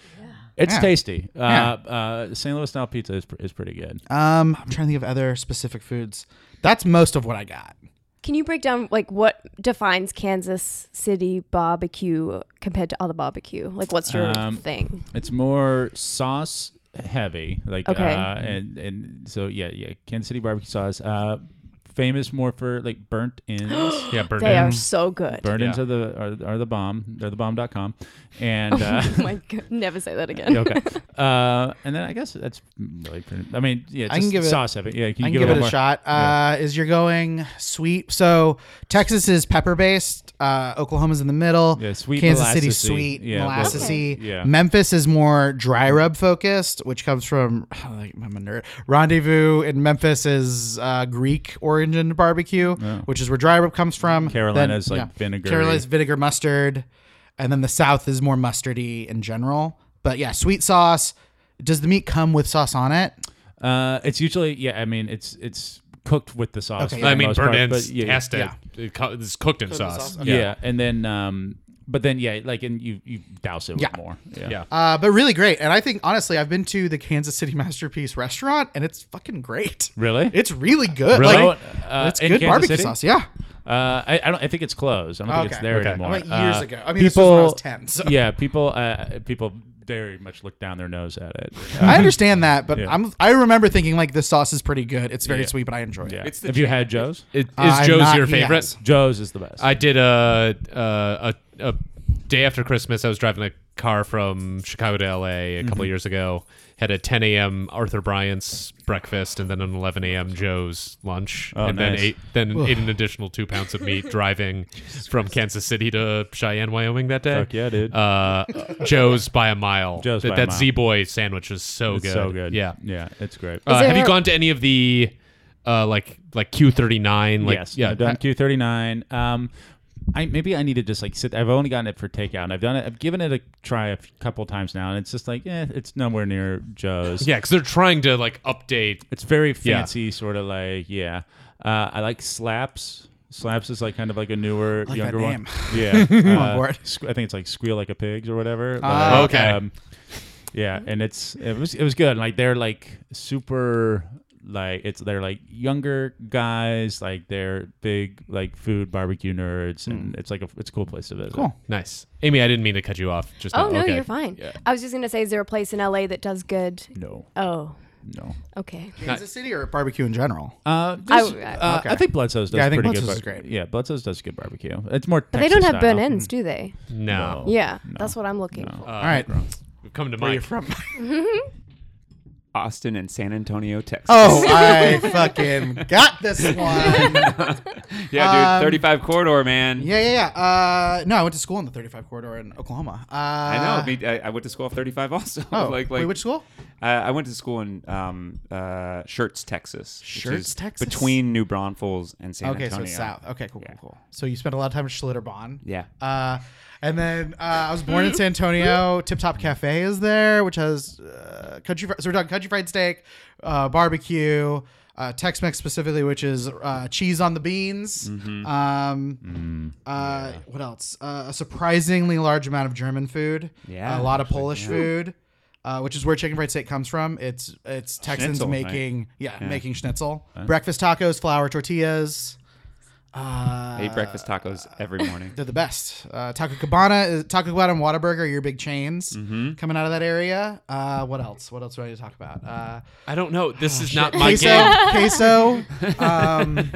It's Yeah. tasty. Uh, Yeah. uh, St. Louis style pizza is, pr- is pretty good. um, I'm trying to think of other specific foods. That's most of what I got. Can you break down like what defines Kansas City barbecue compared to other barbecue? Like, what's your Um, thing? It's more sauce heavy, like Okay. uh, and and so yeah, yeah. Kansas City barbecue sauce, uh, famous more for like burnt ends. Yeah, burn They it. are so good. burnt Yeah. ends are the are, are the bomb. They're the bomb.com. and uh, oh my god, never say that again. Yeah, okay. Uh, and then I guess that's really pretty. I mean, yeah, I can just give it- sauce heavy. Yeah, can you I can give, give it, it a more? shot. Uh, Is you're going sweet. So Texas is pepper based. Uh, Oklahoma's in the middle. Yeah, sweet Kansas City's molassesy. sweet, Yeah, that's- molassesy. Okay. Yeah. Memphis is more dry rub focused, which comes from like, I'm a nerd. Rendezvous in Memphis is uh, Greek origin barbecue, which is where dry rub comes from. Then- Carolina's, like, vinegary. Carolina's vinegar mustard, and then the South is more mustardy in general. But yeah, sweet sauce. Does the meat come with sauce on it? Uh, it's usually yeah. I mean, it's it's cooked with the sauce. Okay, for yeah. I the mean, most burnt part, ends but yeah, yeah. has to. it co- It's cooked in sauce. sauce, yeah. and then um, but then yeah, like and you you douse it with Yeah. more. Yeah. Uh, but really great. And I think honestly, I've been to the Kansas City Masterpiece restaurant, and it's fucking great. Really? It's really good. Really? Like, Uh, it's in good Kansas barbecue City? sauce. Yeah. Uh, I, I don't. I think it's closed. I don't think it's Okay. there Okay. anymore. I went years Uh, ago. I mean, this was when I was 10, so. Yeah, people. Uh, people very much look down their nose at it. Uh, I understand that, but Yeah. I'm I remember thinking like this sauce is pretty good. It's very sweet, but I enjoy it. yeah. It's the Have you jam. had Joe's? It- Is I'm Joe's not- your he favorite? has. Joe's is the best. I did a, a a a day after Christmas. I was driving a car from Chicago to LA a Mm-hmm. couple years ago. Had a 10 a.m. Arthur Bryant's breakfast and then an 11 a.m. Joe's lunch, Oh, and nice. then ate then ate an additional two pounds of meat driving from Kansas City to Cheyenne, Wyoming that day. Fuck yeah, dude. Uh, Joe's by a mile. Joe's that by a that mile. Z Boy sandwich is so It's good. so good. Yeah. yeah, it's great. Uh, have you there- gone to any of the uh, like like Q thirty nine? Like yes, yeah, I've done Q thirty nine. Um, I maybe I need to just like sit. I've only gotten it for takeout, and I've done it. I've given it a try a f- couple times now, and it's just like, eh, it's nowhere near Joe's. yeah, because they're trying to like update it's very Yeah. fancy, sort of like yeah. Uh, I like slaps. Slaps is like kind of like a newer, like that younger name. one. Yeah, I'm on board. I think it's like squeal like a pig's or whatever. Ah, Like, okay. yeah, and it's it was it was good. Like they're like super like it's they're like younger guys like they're big like food barbecue nerds and it's like a it's a cool place to visit. Hmm. Cool. Nice. Amy, I didn't mean to cut you off. Just Oh now. no, Okay. you're fine. Yeah. Mm. I was just gonna say, is there a place in LA that does good? No, Oh, no. okay. Kansas City or barbecue in general? Uh, I- this- I- uh, Okay. I think Bledsoe's does Yeah, I think pretty Bledsoe's good. bar- is great. Yeah, Bledsoe's does good barbecue. It's more. But they don't have burn ends. ends, do they? No. Yeah, that's what I'm looking for. Uh, All right. We've come to Where are you Mike. from? Austin and San Antonio, Texas. oh, I fucking got this one. Yeah, yeah, um, dude, 35 corridor, man. yeah, yeah. Uh, no, I went to school in the 35 corridor in Oklahoma. Uh, I know. me- I, I went to school off 35 also. Oh, like, wait, like, which school? I, Uh, I went to school in um, uh, Shirts, Texas. which Shirts, is Texas? Between New Braunfels and San Okay, so Antonio. it's south. Okay, cool, cool, cool. So you spent a lot of time at Schlitterbahn. Yeah. Uh, and then uh, I was born in San Antonio. Tip Top Cafe is there, which has uh, country. fri- So we're talking country fried steak, uh, barbecue, uh, Tex-Mex specifically, which is uh, cheese on the beans. Mm-hmm. Um, uh, What else? Uh, a surprisingly large amount of German food. A Yeah, lot of Polish food. Uh, which is where chicken fried steak comes from. It's it's Texans Schnitzel, right? making yeah, making schnitzel, breakfast tacos, flour tortillas. Uh, I eat breakfast tacos every morning. they're the best. Uh, Taco Cabana, is, Taco Cabana and Whataburger are your big chains coming out of that area. Uh, what else? What else do I need to talk about? Uh, I don't know. This is not my game. queso, queso. Um,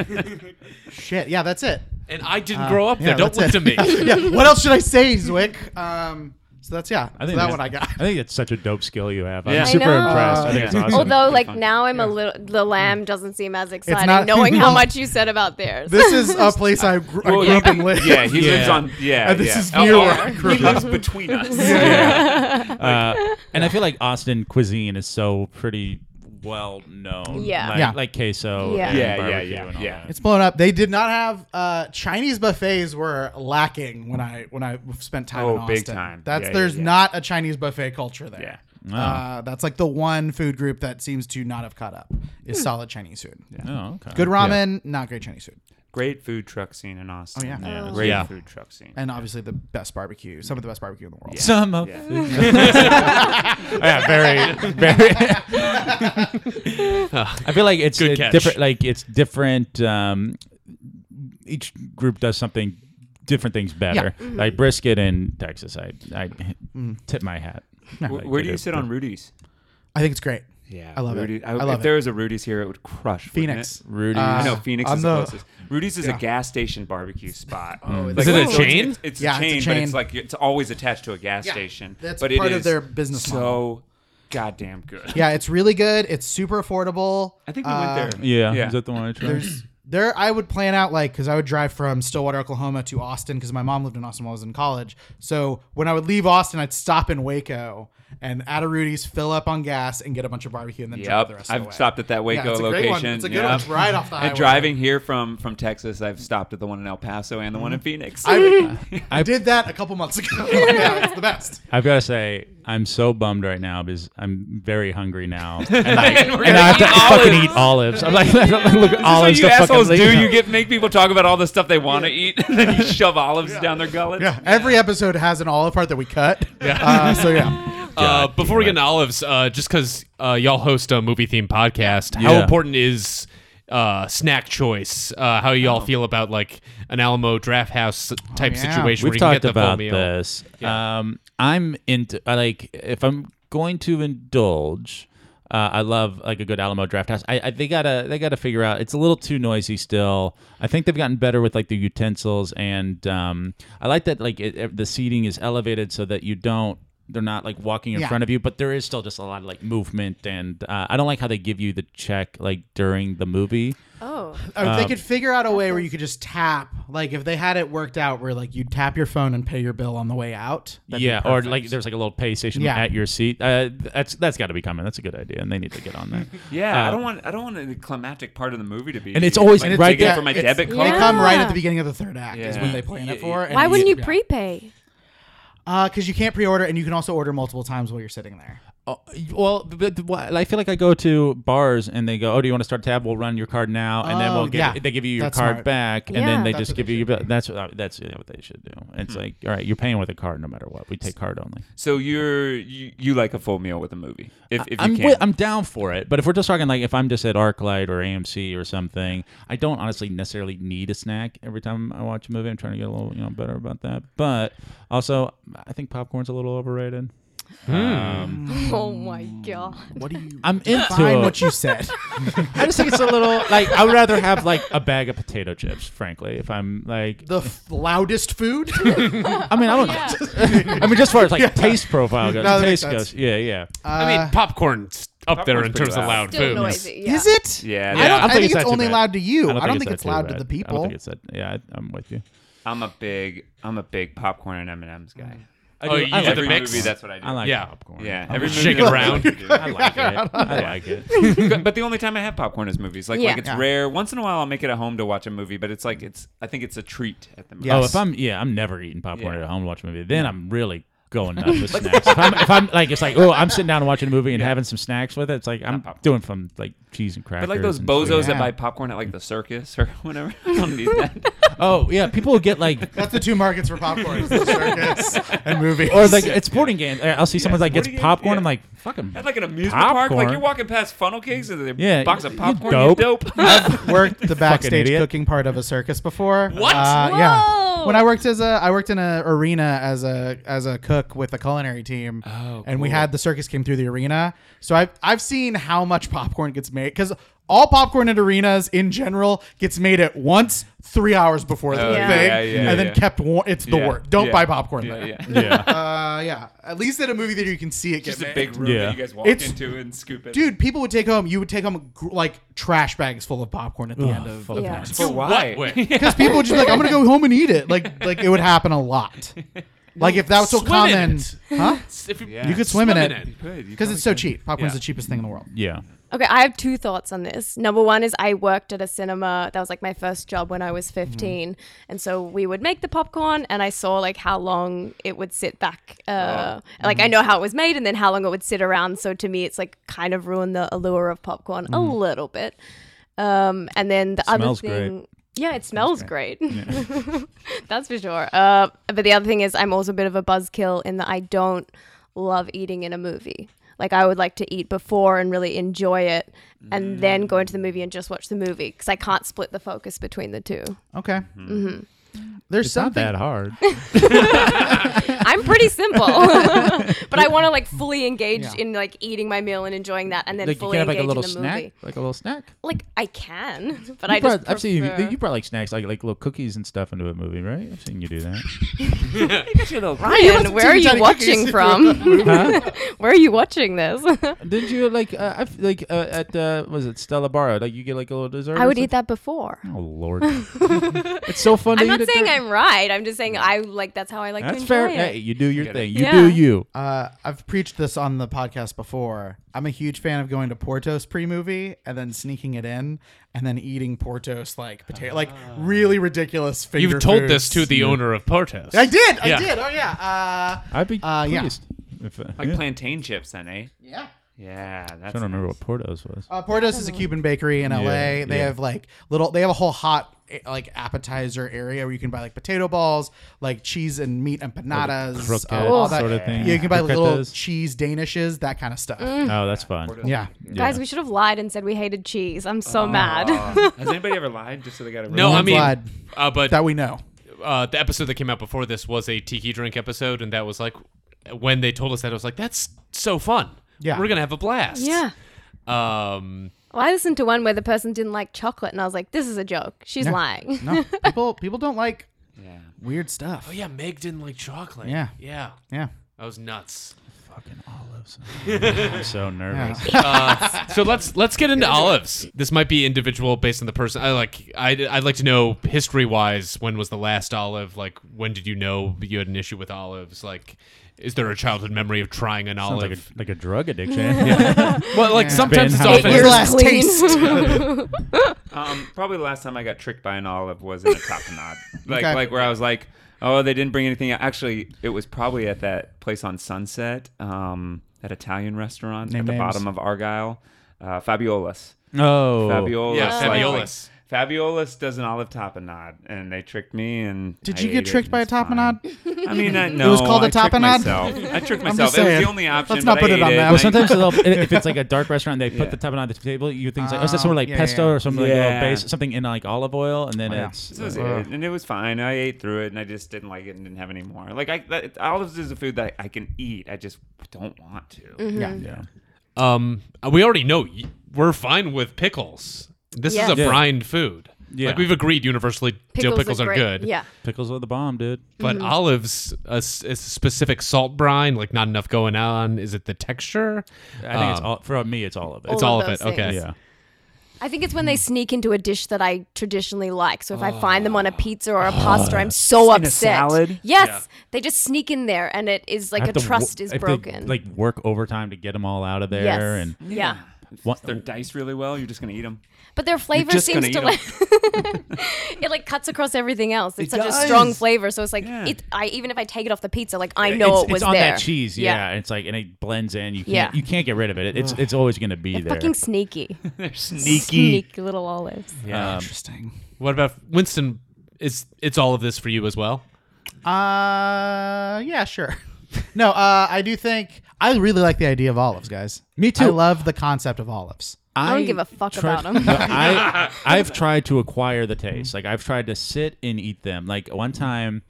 shit, yeah, that's it. Uh, And I didn't grow up yeah, there. don't look that's to me. yeah, what else should I say, Zwick? Um, so that's yeah, so I think that that's- one I got. I think it's such a dope skill you have. Yeah. I'm I super know. impressed. I Uh, think yeah. it's awesome. Although, like fun. now, I'm a little. The lamb doesn't seem as exciting, not- knowing no. how much you said about theirs. This is a place I, gr- I grew up and lived. Yeah, he Yeah. lives on. Yeah, And Uh, this yeah. is near oh, where I he lives between us. Uh, And I feel like Austin cuisine is so pretty well known. Yeah. Like, Yeah. like queso. Yeah. and Yeah, yeah, barbecue yeah, and all yeah. that. It's blown up. They did not have uh, Chinese buffets were lacking when I when I spent time. Oh, in big Austin. time. That's Yeah, yeah, there's yeah. not a Chinese buffet culture there. Yeah. Uh, that's like the one food group that seems to not have caught up is Hmm. solid Chinese food. Oh, okay. Good ramen, not great Chinese food, Great food truck scene in Oh, Austin. yeah. Yeah. Great Yeah. food truck scene. and obviously the best barbecue, some of the best barbecue in the world. Some of Yeah. yeah, very, very. I feel like it's Good uh, catch. different. Like it's different. Um, each group does something different things better. Mm-hmm. Like brisket in Texas, I I tip my hat. Where, Like, where they do you sit on Rudy's? I think it's great. Yeah, I love it. Rudy, I love if it. there was a Rudy's here, it would crush. wouldn't Phoenix. it? Rudy's. Uh, I know Phoenix I'm is the the- closest. Rudy's is a gas station barbecue spot. Oh, Is it a chain? It's, it's Yeah, a it's a chain, but chain. it's like it's always attached to a gas Yeah, station. that's but it part of is their business So model. goddamn good. Yeah, it's really good. It's super affordable. I think we Uh, went there. um, yeah, yeah. is that the one I tried? there's there I would plan out like because I would drive from Stillwater, Oklahoma to Austin because my mom lived in Austin while I was in college. So when I would leave Austin, I'd stop in Waco and at a Rudy's, fill up on gas, and get a bunch of barbecue, and then drive the Yep, rest of the I've way. stopped at that Yeah, Waco it's a location. Great one. It's a good Yep. one. It's right off the highway. And driving here from from Texas, I've stopped at the one in El Paso and the one in Phoenix. Mm-hmm. I, I did that a couple months ago. yeah, it's the best. I've got to say, I'm so bummed right now because I'm very hungry now, and, like, And we're and I have to gonna eat fucking olives. eat olives. I'm like, look, at This olives. is what to you fucking assholes leave. do. You get make people talk about all the stuff they want to eat, and then you shove olives down their gullets. Yeah, every episode has an olive part that we cut. Yeah. Uh, so yeah, Uh, God before we get damn into olives, uh, just because uh, y'all host a movie themed podcast, how Yeah. important is uh, snack choice? Uh, how y'all feel about like an Alamo Draft House type Oh. yeah. situation where We've you can get talked the full about meal? this. Um, I'm into I like if I'm going to indulge. Uh, I love like a good Alamo Draft House. I, I they gotta they gotta figure out. It's a little too noisy still. I think they've gotten better with like the utensils and um, I like that like it, it- the seating is elevated so that you don't they're not like walking in Yeah. front of you, but there is still just a lot of like movement and uh, I don't like how they give you the check like during the movie. Oh, or Um, if they could figure out a way where you could just tap. Like if they had it worked out, where like you'd tap your phone and pay your bill on the way out. that'd be yeah, or perfect. like there's like a little pay station Yeah. at your seat. Uh, that's that's got to be coming. That's a good idea, and they need to get on that. Yeah, Uh, I don't want I don't want the climactic part of the movie to be. And it's always like, right dig in there. for my It's- debit Yeah. card. They come right at Yeah. the beginning of the third act is Yeah. when they plan it for. why wouldn't you yeah. prepay? Uh, because you can't pre-order and you can also order multiple times while you're sitting there. Oh, well, but, but I feel like I go to bars and they go, "Oh, do you want to start a tab? We'll run your card now, and then Oh, we'll give yeah. they give you your That's card smart. back, and then Yeah. they That's just what give they you your bill. That's what, I- that's yeah, what they should do. It's like, all right, you're paying with a card no matter what. We take card only. So you're you, you like a full meal with a movie if, if you I'm can. wi- I'm down for it, but if we're just talking like if I'm just at ArcLight or AMC or something, I don't honestly necessarily need a snack every time I watch a movie. I'm trying to get a little you know better about that, but also I think popcorn's a little overrated. Um, Oh my god. Mm. What do you? I'm into Find it. what you said. I just think it's a little like I would rather have like a bag of potato chips, frankly. If I'm like, the Oh, f- loudest food. I mean, I don't. I mean, just for like taste profile goes, No, that makes taste sense. goes, yeah, yeah. I mean, popcorn's up there in popcorn's terms pretty of loud. loud Uh, Still food. noisy. Yeah. Is it? Yeah, I, don't, I'm I think it's thinking it's not too only bad. loud to you. I don't, think, that it's too loud to bad. the I don't people. think it's that. Yeah, I, I'm with you. I'm a big I'm a big popcorn and M and M's guy. I Oh, do- you I do like the Every mix? movie, that's what I do. I like Yeah. popcorn. yeah, I every like movie shake that's around. what I do. I like it. I like it. but, but the only time I have popcorn is movies. Like, Yeah. like it's Yeah. rare. Once in a while, I'll make it at home to watch a movie. But it's like it's. I think it's a treat at the movie. Oh, Yes. if I'm yeah, I'm never eating popcorn Yeah. at home to watch a movie. Then I'm really going nuts with snacks. If I'm, if I'm like, it's like, oh, I'm sitting down and watching a movie and having some snacks with it. It's like I'm popcorn. doing from like cheese and crackers. But like those and bozos sweet- that buy popcorn at like the circus or whatever. I don't need that. Oh yeah, people will get like That's the two markets for popcorn: is the circus and movies. or like it's sporting games. I'll see someone like gets sporting games, popcorn. yeah. I'm like, fucking. At like an amusement park, Popcorn. like you're walking past funnel cakes and a Yeah, box of you popcorn. dope. You dope. worked the backstage idiot. cooking part of a circus before. What? Uh, Whoa. Yeah. When I worked as a, I worked in a arena as a as a cook with a culinary team, oh, and we had the circus came through the arena. So I've I've seen how much popcorn gets made because all popcorn at arenas in general gets made at once three hours before the Oh, yeah. thing, Yeah, yeah, and then yeah. kept warm. It's the Yeah, worst. Don't yeah, buy popcorn yeah, there. yeah. Yeah. Uh, yeah. At least at a movie theater you can see it. Just get a made. big room Yeah. that you guys walk It's- into and scoop it. dude. People would take home. You would take home gr- like trash bags full of popcorn at the end of. of Yeah. But why? Wait. because people would just be like, I'm gonna go home and eat it. Like like it would happen a lot. Like if that's what Swim in common, it. huh? If you, Yeah. You could swim in Swim in it it. Good. you because probably it's so could. cheap. Popcorn's Yeah. the cheapest thing in the world. Yeah. Okay, I have two thoughts on this. Number one is I worked at a cinema. That was like my first job when I was 15. And so we would make the popcorn and I saw like how long it would sit back. Uh, Like I know how it was made and then how long it would sit around. So to me, it's like kind of ruined the allure of popcorn a little bit. Um, and then the Smells other great. thing. Yeah, it smells great. That's for sure. Uh, but the other thing is, I'm also a bit of a buzzkill in that I don't love eating in a movie. Like I would like to eat before and really enjoy it, and then go into the movie and just watch the movie because I can't split the focus between the two. Okay. Mm-hmm. There's It's something. not that hard. I'm pretty simple, but I want to like fully engage Yeah. in like eating my meal and enjoying that, and then like you fully can have like a engage little in the snack, movie. like a little snack. Like I can, but You I just brought- I've seen you, prefer- you brought like snacks, like like little cookies and stuff into a movie, right? I've seen you do that. Ryan, where are you watching from? huh? where are you watching this? Didn't you like uh, I've, like uh, at uh, was it Stella Barra? Like you get like a little dessert. I or would eat something? that before. Oh lord, it's so fun. to I'm not eat it saying during- I'm right. I'm just saying I like that's how I like to That's enjoy fair. it. Hey, you do your Get it. thing. You Yeah. do you. Uh, I've preached this on the podcast before. I'm a huge fan of going to Portos pre-movie and then sneaking it in and then eating Portos like potato, like really ridiculous finger. Ah. You've told this to foods. the owner of Portos. I did. I Yeah. did. Oh yeah. Uh, I'd be Uh, yeah. pleased. If, uh, Like yeah. plantain chips, then, eh? yeah. Yeah, that's. I don't remember what Portos was. Uh, Portos is a Cuban bakery in LA. Yeah, they yeah. have like little. They have a whole hot eh, like appetizer area where you can buy like potato balls, like cheese and meat empanadas, Croquette uh, all that. sort of thing. Yeah, you can buy like, little Croquettes. cheese danishes, that kind of stuff. Mm. Mm. Oh, that's fun. Yeah. Guys, we should have lied and said we hated cheese. I'm so mad. Aw. Has anybody ever lied just so they got a No, Well, I I'm mean, glad uh, but that we know. uh, the episode that came out before this was a tiki drink episode, and that was like when they told us that I was like, "That's so fun! Yeah. we're gonna have a blast." yeah. Um, Well, I listened to one where the person didn't like chocolate, and I was like, "This is a joke. She's Yeah. lying." No, people people don't like Yeah. weird stuff. oh yeah, Meg didn't like chocolate. Yeah. yeah, Yeah. that was nuts. Fucking olives. I'm so nervous. Yeah. So let's let's get into olives. This might be individual based on the person. I like I would like to know history wise when was the last olive? Like when did you know you had an issue with olives? Like is there a childhood memory of trying an Sounds olive? like a, like a drug addiction. yeah. well, like sometimes Been it's how- Eight Eight often years last years clean. taste. Um, probably the last time I got tricked by an olive was in a tapenade, like Okay. like where I was like, oh, they didn't bring anything. out. Actually, it was probably at that place on Sunset, um, that Italian restaurant Name at the names. bottom of Argyle, uh, Fabiolas. Oh. Fabiolas. Yeah, like- Fabiolas. like- Fabiolas does an olive tapenade, and they tricked me. And Did I you get ate it, tricked and by a it's fine. tapenade? I mean, I, no, was called a I tricked tapenade? myself. I tricked I'm just myself. It was saying. the only option. Let's not but put I it on ate that. Well, Like- sometimes they'll, if it's like a dark restaurant, they put Yeah. the top on the table. You think like, oh, is Ah, that somewhere like yeah, yeah, pesto yeah. or something like a Yeah. little base, something in like olive oil, and then Oh, yeah. it's This was Uh. it, and it was fine. I ate through it, and I just didn't like it, and didn't have any more. Like I, that, olives is a food that I can eat. I just don't want to. Mm-hmm. Mm-hmm. yeah. yeah. Um, we already know y- we're fine with pickles. This Yeah. is a Yeah. brined food. Yeah. Like we've agreed universally, dill pickles are, great. good. Yeah. Pickles are the bomb, dude. But olives, a, s- a specific salt brine, like not enough going on. Is it the texture? I think it's Um, all for me. It's all of it. It's All all of of it. those Okay. things. yeah. I think it's when they sneak into a dish that I traditionally like. So if I find them on a pizza or a pasta, I'm so In a upset. salad? Yes, Yeah. they just sneak in there, and it is like I a have to wo- trust is I have to, broken. like work overtime to get them all out of there, yes. and yeah. If What- they're diced really well, you're just gonna eat them. But their flavor just seems gonna to like eat it like cuts across everything else. It's It such a does. strong flavor, so it's like Yeah. it. I even if I take it off the pizza, like I know it's, it was it's on there. that cheese. Yeah. and it's like and it blends in. You can't Yeah. you can't get rid of it. It's it's always gonna be there. fucking sneaky, They're sneaky. Sneaky. sneaky little olives. Um, Interesting. What about Winston? Is it's all of this for you as well? Uh, yeah, sure. No, uh, I do think I really like the idea of olives, guys. Me too. I love the concept of olives. I don't give a fuck tried- about 'em. No, I I've tried to acquire the taste. Like I've tried to sit and eat them. Like one time,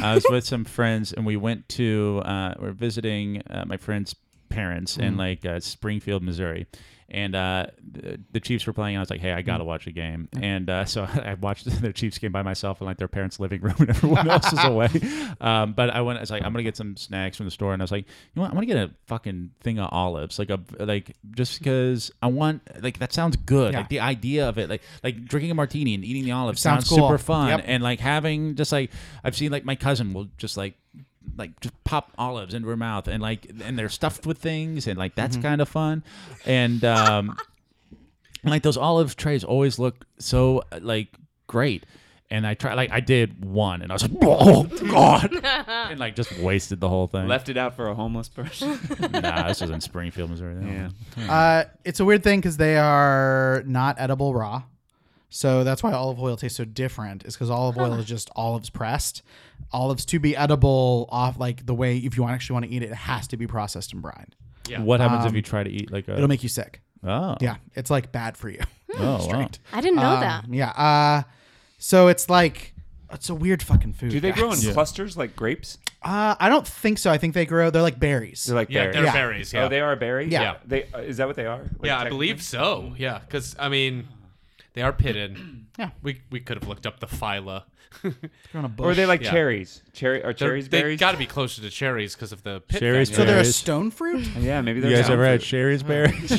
I was with some friends and we went to uh, we are visiting uh, my friend's parents in like uh, Springfield, Missouri. And uh, the, the Chiefs were playing, and I was like, "Hey, I gotta watch a game." And uh, so I watched the Chiefs game by myself in like their parents' living room, and everyone else was away. Um, but I went. I was like, "I'm gonna get some snacks from the store," and I was like, "You know, what? I'm gonna get a fucking thing of olives, like a like just because I want like that sounds good. Yeah. Like the idea of it, like like drinking a martini and eating the olives Sounds sounds, cool. super fun, Yep. and like having just like I've seen like my cousin will just like like just pop olives into her mouth and like and they're stuffed with things and like that's Mm-hmm. kind of fun and um like those olive trays always look so uh, like great and i try like i did one and i was like oh god and like just wasted the whole thing Left it out for a homeless person. nah this was in springfield missouri yeah. Uh, it's a weird thing because they are not edible raw. So that's why olive oil tastes so different. Is because olive oil is just olives pressed. Olives to be edible off like the way if you want actually want to eat it, it has to be processed and brined. what happens if you try to eat like a It'll make you sick. oh Yeah, it's like bad for you. oh wow. I didn't know Um, that. Yeah. Uh, so it's like it's a weird fucking food. Do they grow in guys. clusters like grapes? Uh, I don't think so. I think they grow. They're like berries. They're like Yeah, berries. they're Yeah. berries. Yeah, Oh, they are a berry. Yeah. Yeah. They uh, is that what they are? Like, yeah, I technically? believe so. Yeah, because I mean, they are pitted. Yeah. we we could have looked up the phyla. They're on a bush. Or are they like Yeah. cherries? Cherry are They're- cherries they berries? got to be closer to cherries because of the pit. Cherries, so factor. they're a berries. stone fruit. yeah, maybe you they're. guys sound ever had food. sherry's berries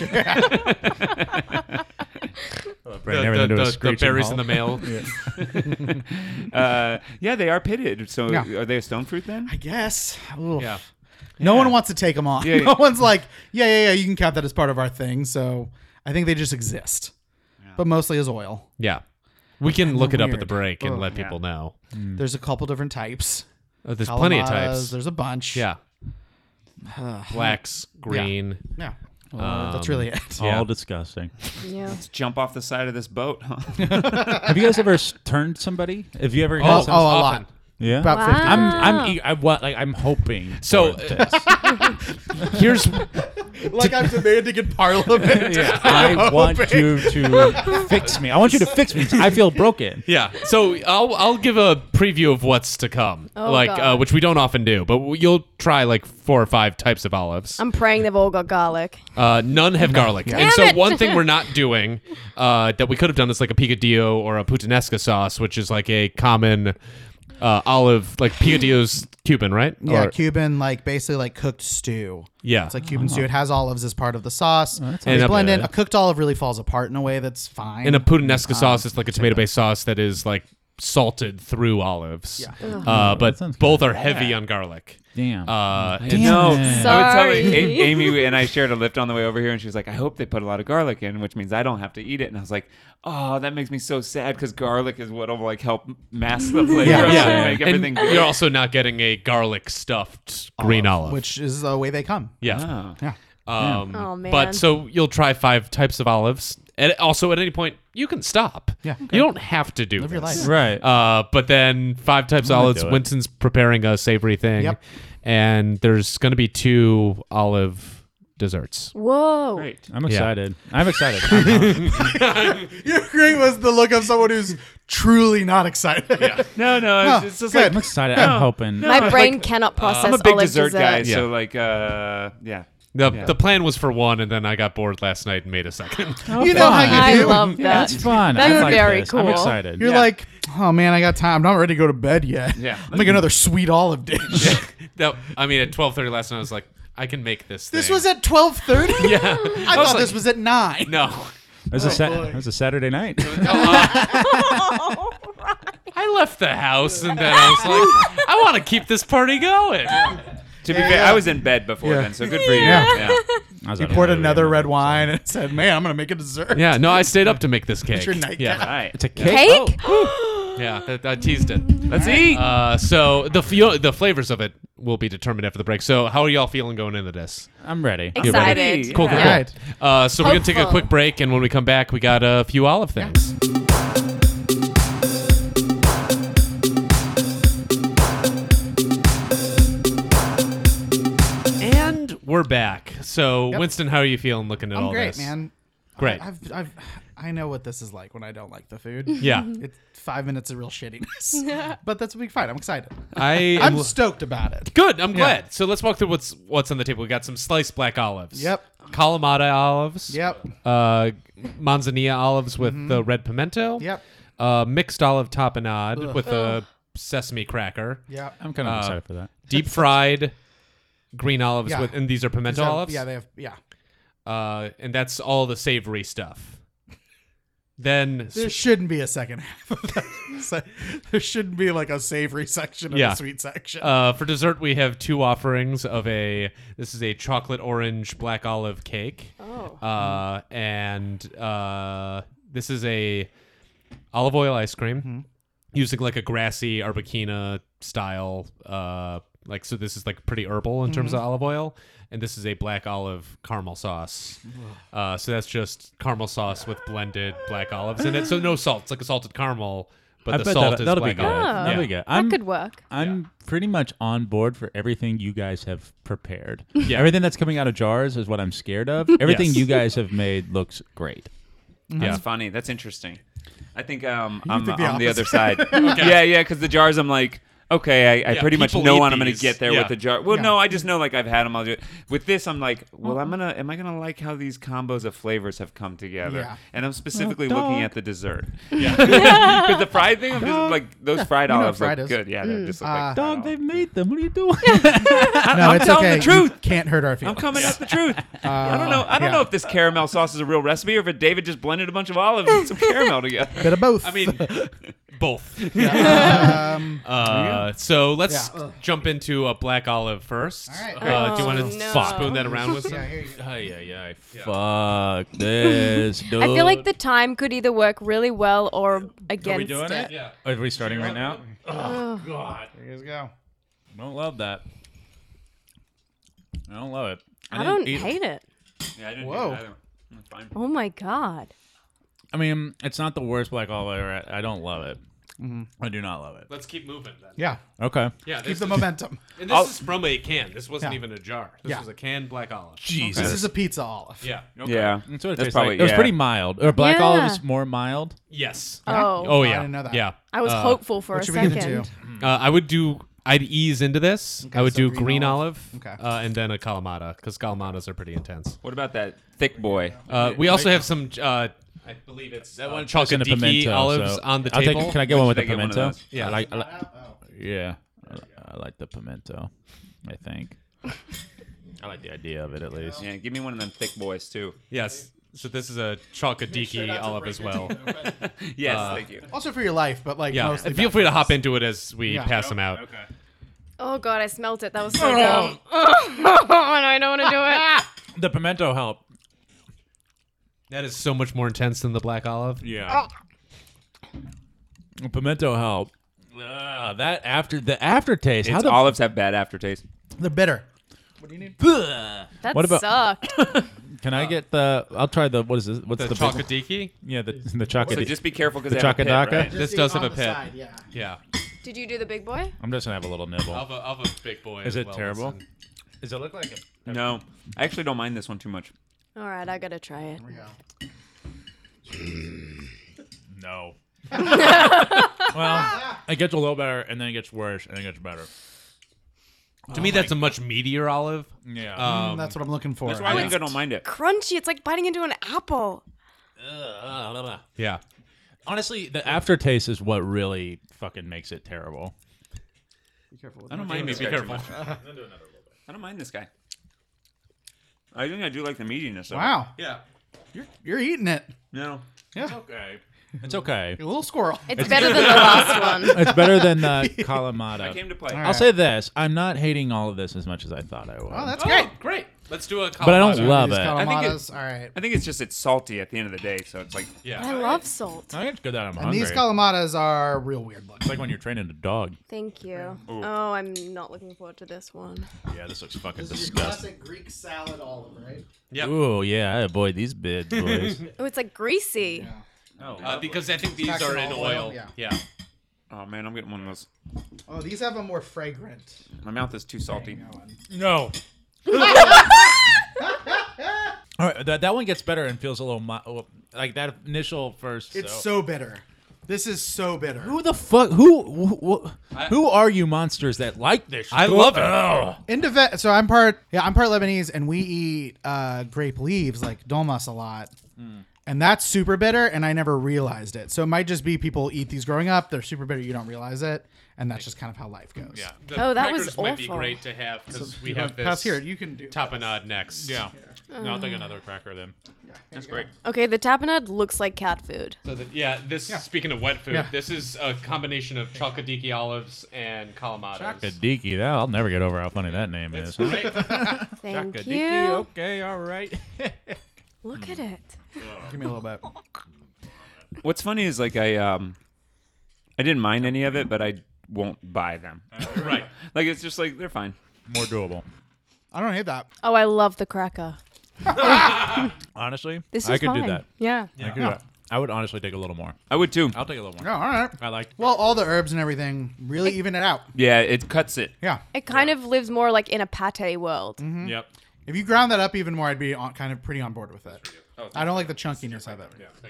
the, everything the- to a the- the screeching berries halt. in the mail. Uh, yeah, they are pitted. So Yeah. are they a stone fruit then? I guess. Oof. Yeah. No one wants to take them off. Yeah, yeah. No one's like, yeah, yeah, yeah. You can count that as part of our thing. So I think they just exist, but mostly as oil. Yeah, we can look it up at the weird. break and Oh, let yeah. people know. There's a couple different types. Uh, Hmm. there's plenty of Calamaras, types. There's a bunch. Yeah, blacks, green. Yeah. um, That's really it. Yeah. all disgusting Yeah. Let's jump off the side of this boat, huh? have you guys ever s- turned somebody have you ever Oh, Oh, guys sounds oh, a often. lot. yeah About 50. Wow. I'm I'm e- I, what like I'm hoping. So, for uh, this. Here's like I'm demanding in parliament. I want you to fix me. I want you to fix me. I feel broken. yeah. So I'll I'll give a preview of what's to come, Oh, like God. uh, which we don't often do, but w- you'll try like four or five types of olives. I'm praying they've all got garlic. Uh, none have garlic. Damn And so it. one thing we're not doing uh, that we could have done is like a picadillo or a puttanesca sauce, which is like a common uh, olive, like picadillo's Cuban, right? Yeah, Or- Cuban, like basically like cooked stew. yeah. It's like Cuban stew. It has olives as part of the sauce. that's and not blend in. bad. A cooked olive really falls apart in a way that's fine. and a puttanesca sauce is like a tomato-based sauce that is like salted through olives. Yeah. Uh, but sounds both are heavy on garlic. Daming. Damn. Uh, Damn. No, it. I was telling Sorry. A- Amy and I shared a lift on the way over here, and she was like, "I hope they put a lot of garlic in, which means I don't have to eat it." And I was like, "Oh, that makes me so sad because garlic is what'll like help mask the flavor Yeah, and yeah. make and everything good." you're also not getting a garlic stuffed green olive. which is the way they come. yeah. Oh. Yeah. Um, Oh, man. But so you'll try five types of olives, and also at any point you can stop. Yeah. you don't have to do Live your this. life. right. Uh, but then five types of gonna olives. do it. Winston's preparing a savory thing. Yep. And there's going to be two olive desserts. Whoa. Great. I'm excited. I'm excited. I'm- Your great was the look of someone who's truly not excited. No, no, it's, it's just good. I'm excited. I'm hoping. My brain cannot process I'm a big olive dessert, guy, Yeah. so like, uh, yeah. The, the plan was for one, and then I got bored last night and made a second. You know how I you do. love Yeah, that. That's fun. I That's like very this. cool. I'm excited. You're Yeah. like, oh man, I got time. I'm not ready to go to bed yet. Yeah. I'll make another sweet olive dish. No, I mean at 12:30 last night, I was like, I can make this. This thing. was at 12:30. Yeah. I was thought like- this was at nine. no. It was, a sat- it was a Saturday night. I left the house and then I was like, I want to keep this party going. To be fair, I was in bed before Yeah. then, so good for you. Yeah. Yeah. I was He like, poured "Oh, yeah, another yeah." red wine and said, "Man, I'm gonna make a dessert." Yeah, no, I stayed up to make this cake. your nightcap. Yeah, Right. It's a cake. Cake? yeah, that, I teased it. Let's eat. Uh, so the f- the flavors of it will be determined after the break. So how are y'all feeling going into this? I'm ready. Excited. ready. Cool, cool, All cool. right. Uh, so we're gonna take a Hopeful. quick break, and when we come back, we got a few olive things. And we're back. So Yep. Winston, how are you feeling looking at I'm all great, this? man. Great. I've, I've, I know what this is like when I don't like the food. Yeah. It's five minutes of real shittiness, but that's be fine. I'm excited. I am I'm stoked about it. good. I'm glad. So let's walk through what's what's on the table. We got some sliced black olives. Yep. Kalamata olives. Yep. Mm-hmm. Uh, manzanilla olives with the red pimento. Yep. Uh, mixed olive tapenade Ugh. with a sesame cracker. Yeah. I'm kind of Uh, excited for that. Deep fried green olives Yeah. with, and these are pimento These have- olives. Yeah, they have. Yeah. uh, and that's all the savory stuff. then There shouldn't be a second half. Of that. So, there shouldn't be like a savory section and Yeah. a sweet section. Uh, for dessert, we have two offerings of a. This is a chocolate orange black olive cake. Oh. Uh, and uh, this is a olive oil ice cream Mm-hmm. using like a grassy Arbakina style. Uh, like so, this is like pretty herbal in terms of Mm-hmm. olive oil, and this is a black olive caramel sauce. Uh, so that's just caramel sauce with blended black olives in it. So no salt. It's like a salted caramel, but I the bet salt that, is that'll be black good. olive. Oh. That'll be Yeah. good. that I'm, could work. I'm pretty much on board for everything you guys have prepared. Yeah. Everything that's coming out of jars is what I'm scared of. Everything Yes. you guys have made looks great. Yeah. That's funny. That's interesting. I think um, I'm think the on the other side. opposite. Yeah, yeah, because the jars, I'm like, okay, I, I Yeah, pretty much people know eat what I'm going to these. get there Yeah. with the jar. Well, Yeah. Uh-huh. no, I just know like I've had them. I'll do it. With this, I'm like, well, I'm gonna, am I going to like how these combos of flavors have come together? Yeah. And I'm specifically Well, looking dog. at the dessert. Yeah, because the fried thing, I'm just like those fried you know what olives fried look is. good. Yeah, they're just look Uh, like Dog, fried they've made them. What are you doing? no, it's telling okay. the truth. You can't hurt our I'm feelings. Uh, coming at the truth. I don't know. I don't yeah. know if this caramel sauce is a real recipe or if David just blended a bunch of olives and some caramel together. Bit of both. I mean, both. um, Uh, so let's Yeah. Ugh. jump into a black olive first. All right. Uh, do you want Oh, to no. spoon that around with some? yeah, here you go. yeah, yeah. Fuck this, dude. I feel like the time could either work really well or against doing it? Yeah. Are we starting right now? Here you guys go. I don't love that. I don't love it. I don't didn't eat- hate it. Yeah, I didn't Whoa. do that. That's fine. Oh my god. I mean, it's not the worst black olive. I've ever had. I don't love it. I do not love it. Let's keep moving then. Yeah, Okay. Yeah. keep This, the momentum. and this I'll- is from a can. This wasn't Yeah. even a jar. This Yeah. was a canned black olive. Jesus. This is a pizza olive. Yeah. Yeah, That's what it That's tastes probably- like. It was yeah. pretty mild. Or black Yeah. olive is more mild. Yes. Oh. Oh yeah. didn't know that. Yeah. I was Uh, hopeful for What a should we get second. into? Uh, I would do. I'd ease into this. I would so do green green, olive. olive, Okay. uh, and then a Kalamata because Kalamatas are pretty intense. What about that thick boy? Uh, we also have some. Uh, I believe it's uh, that one And a chocolatey pimento. olives so- on the I'll take- table. can I get one with Should the I get one of pimento? those? Yeah. I like, I like, yeah. I, I like the pimento. I think. I like the idea of it at least. Uh, Yeah, give me one of them thick boys too. Yes. So this is a chocolatey olive as well. Yes, thank you. Also for your life, but like Yeah. mostly. And feel free to hop into it as we Yeah. pass them out. Oh god, I smelt it. That was Oh. so dumb. and I don't want to do it. The pimento help. That is so much more intense than the black olive. Yeah. Pimento help. Ah, that after the aftertaste. It's how the olives have bad aftertaste. They're bitter. That What about- sucked. Can I get the? I'll try the. What is this? What's The, Ah. the, the big- chocolatey? Yeah, the the chocolate. So just be careful because The they have a pit, chocodaka? right? This does have a pit. yeah. Yeah. Did you do the big boy? I'm just gonna have a little nibble. Of a, of a big boy. Is as it well. terrible? Listen. Does it look like it? No, I actually don't mind this one too much. All right, I gotta try it. No. well, it gets a little better, and then it gets worse, and it gets better. To Oh me, that's a much meatier olive. Yeah. Um, that's what I'm looking for. That's why I think I don't mind it. Crunchy. It's like biting into an apple. yeah. Uh, Honestly, the aftertaste is what really fucking makes it terrible. Be careful. I don't mind Jamie, this be guy too careful. much. I don't mind this guy. I think I do like the meatiness. Of Wow, Yeah. you're eating it. It. No. Yeah, Okay. It's okay. you're a little squirrel. It's better than the last one. It's better than the I Kalamata. came to play. All I'll say this: I'm not hating all of this as much as I thought I would. Oh, that's Oh, great. great. Let's do a. but I don't Kalamata. love These it. I think it- calamatas. All right. I think it's just it's salty at the end of the day, so it's like Yeah. I love salt. think it's good that I'm And hungry. these calamatas are real weird it's looking. like when you're training a dog. Thank you. Oh, I'm not looking forward to this one. Yeah, this looks fucking disgusting. Greek salad olive, right? Yep. Ooh, yeah, I avoid these big boys. Oh, it's like greasy. Uh, because I think these are in Olive oil. oil, yeah. yeah. oh man, I'm getting one of those. Oh, these have a more fragrant. My mouth is too salty. no. All right, that, that one gets better and feels a little mi- oh, like that initial first. It's so- so bitter. This is so bitter. who the fuck who who, who are you monsters that like this? I shit? love it. Ugh. Into vet, so I'm part yeah I'm part Lebanese and we eat uh, grape leaves like dolmas a lot, and that's super bitter and I never realized it. So it might just be people eat these growing up. They're super bitter. You don't realize it, and that's just kind of how life goes. Yeah. Oh, that was crackers might be awful. great to have because we You know, have this pass here. You can do tapenade next. Yeah. No, I'll take another cracker then. That's great. Okay, the tapenade looks like cat food. So that, yeah, this speaking of wet food, Yeah. this is a combination of chocodiki olives and calamatas. Kadiki, that I'll never get over how funny that name is. Right? Thank Kadiki, you. okay, all right. Look at it. Give me a little bit. What's funny is like I um, I didn't mind any of it, but I won't buy them. right. like it's just like they're fine. More doable. I don't hate that. Oh, I love the cracker. Honestly, This is I could fine. do that. Yeah. I could do that. I would honestly take a little more. I would too. I'll take a little more. Yeah, Oh, all right. I like. Well, all the herbs and everything really even it out. Yeah, it cuts it. Yeah. It kind of lives more like in a pate world. Mm-hmm. Yep. If you ground that up even more, I'd be on, kind of pretty on board with it. I don't like the chunkiness of it. Yeah.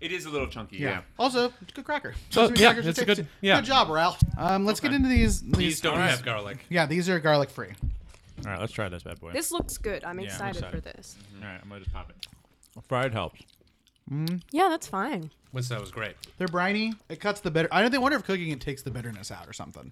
It is a little chunky. Also, it's a good cracker. Oh, Sesame yeah, crackers are it's a tasty. good- yeah. Good job, Ralph. Um, let's get into these. These, These don't these- have garlic. Yeah, these are garlic free. All right, let's try this bad boy. This looks good. I'm Yeah, I'm excited for excited. this. all right, I'm gonna just pop it. Fried helps. Yeah, that's fine. Winston, that was great. They're briny. It cuts the bitter. I don't think. Wonder if cooking it takes the bitterness out or something.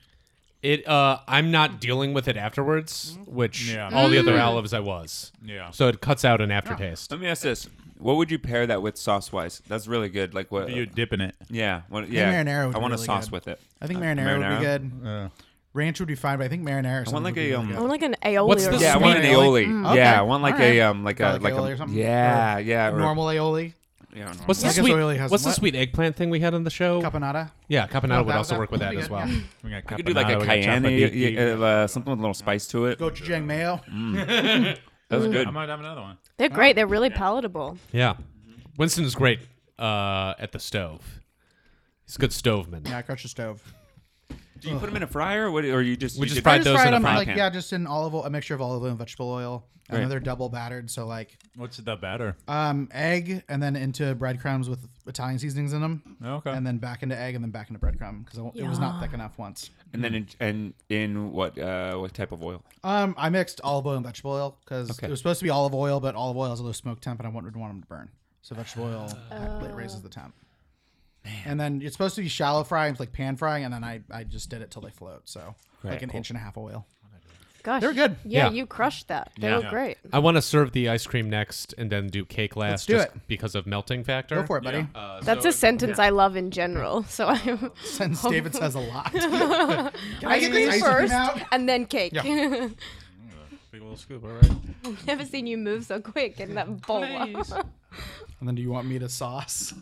It. Uh, I'm not dealing with it afterwards, Mm-hmm. which Yeah. all the Mm. other olives I was. Yeah. So it cuts out an aftertaste. Let me ask this: What would you pair that with sauce wise? That's really good. Like what? You dip in it. yeah. What, yeah. marinara would I be want a really sauce good. with it. I think Uh, marinara, would marinara? be good. Ranch would be fine, but I think marinara. Or something would like be a, really um, good. I want like an aioli What's or this something. Yeah, I want an aioli. Mm, okay. Yeah, I want like a Alright. um like a Garlic like aioli a or something? yeah Or yeah or- normal aioli, Yeah, normal. What's the I guess sweet? oily has What's the what? sweet eggplant thing we had on the show? caponata. Yeah, caponata that- would also that- work with that that'd be as good, well. yeah. We got I could do like a caponata, we got cayenne, chappadiki. yeah, uh, something with a little spice to it. Gochujang mayo. That was good. I might have another one. They're great. They're really palatable. Yeah. Winston is great uh, at the stove. He's a good stoveman. Yeah, I crushed the stove. Do you put them in a fryer, or, what, or you just We you just did- fried I just those fried in a them, frying like, pan. Yeah, just in olive oil, a mixture of olive oil and vegetable oil. And then Right. they're double battered, so like What's the batter? um, egg and then into breadcrumbs with Italian seasonings in them. Okay. And then back into egg and then back into breadcrumb because it was not thick enough once. and then in, and in what uh, what type of oil? Um, I mixed olive oil and vegetable oil because Okay. it was supposed to be olive oil, but olive oil is a low smoke temp, and I wouldn't want them to burn. So vegetable oil uh, raises the temp. And then it's supposed to be shallow frying, it's like pan frying, and then I, I just did it till they float. So like an inch and a half of oil. Gosh. They're good. Yeah, Yeah. you crushed that. They Yeah. were great. I want to serve the ice cream next and then do cake last do just it. because of melting factor. Go for it, buddy. That's a sentence I love in general. So I'm. Since David says a lot. I get get this ice cream first out? and then cake. Big little scoop. All right. Never seen you move so quick in that bowl. and then do you want me to sauce?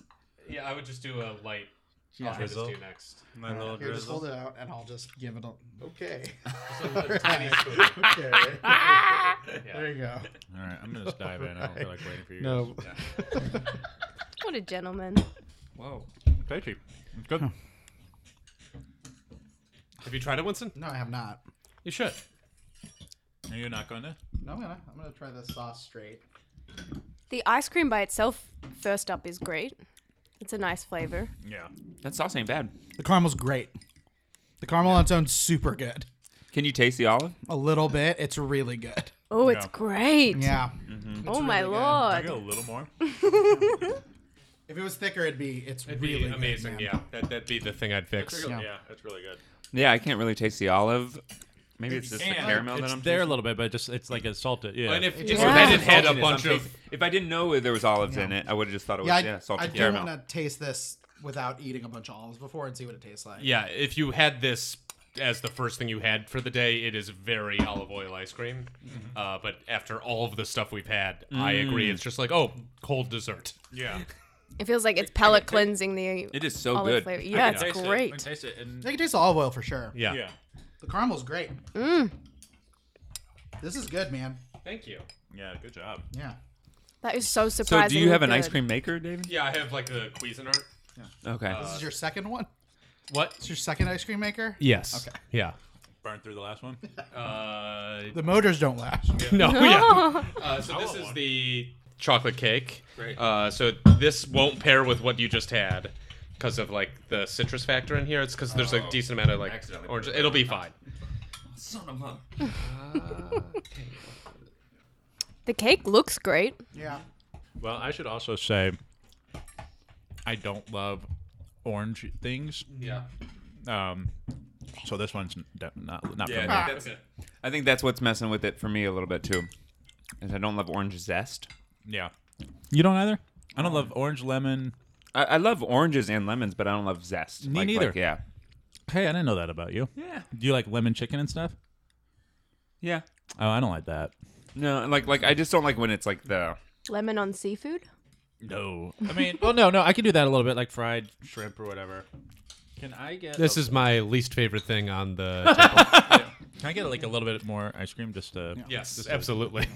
Yeah, I would just do a light. Yeah. I'll just Drizzle. do next. My little Here, just drizzle. hold it out, and I'll just give it a. Okay. Tiny spoon. Okay. There you go. All right, I'm gonna just dive in. I don't feel like waiting for you. No. What a gentleman. Whoa! guys. Tasty. It's good. Have you tried it, Winston? No, I have not. You should. Are you not going to? No, I'm gonna. I'm gonna try this sauce straight. The ice cream by itself, first up, is great. It's a nice flavor. Yeah. That sauce ain't bad. The caramel's great. The caramel on its own, super good. Can you taste the olive? A little bit, it's really good. Oh, it's Yeah. great. Yeah. oh my really good. I lord. get a little more. If it was thicker, it'd be. It's really good, man. yeah, that, that'd be the thing I'd fix. Yeah. that's really good. Yeah, I can't really taste the olive. Maybe it's just the caramel it's that I'm there a tasting. little bit, but just it's like it's salted. Yeah. And if, if Yeah. I didn't had a Saltiness, bunch I'm of tasting- If I didn't know there was olives in it, I would have just thought it was Yeah, I, yeah, salted I do caramel. want to taste this without eating a bunch of olives before and see what it tastes like. Yeah, if you had this as the first thing you had for the day, it is very olive oil ice cream. Uh, but after all of the stuff we've had, I Mm. agree. It's just like, oh, cold dessert. yeah. It feels like it's palate cleansing the It is so olive good. flavor. Yeah, can it's great. taste it. I can taste the olive oil for sure. Yeah. yeah. The caramel's great. Mmm. Mm. This is good, man. Thank you. Yeah. Good job. Yeah. That is so So, surprising. do you have an ice cream maker, David? Yeah, I have like the Cuisinart. Okay. This is your second one. What? It's your second ice cream maker. Yes. Okay. Yeah. Burn through the last one. Uh, The motors don't last. no. Yeah. Uh, so this is the chocolate cake. Great. Uh, so this won't pair with what you just had because of like the citrus factor in here. It's because there's a decent amount of like accidentally orange. It'll be fine. Son of a. The cake looks great. Yeah. Well, I should also say, I don't love orange things. Yeah. Um, so this one's n- de- not not for Yeah, me. I think that's, I think that's what's messing with it for me a little bit too. is I don't love orange zest. Yeah. You don't either? I don't love orange lemon. I, I love oranges and lemons, but I don't love zest. Me Like- neither. like, yeah. Hey, I didn't know that about you. Yeah. Do you like lemon chicken and stuff? Yeah. Oh, I don't like that. No, like like I just don't like when it's like the Lemon on seafood? No. I mean, well, no, no. I can do that a little bit, like fried shrimp or whatever. Can I get This a- is my least favorite thing on the. Can I get like a little bit more ice cream just to yes, absolutely.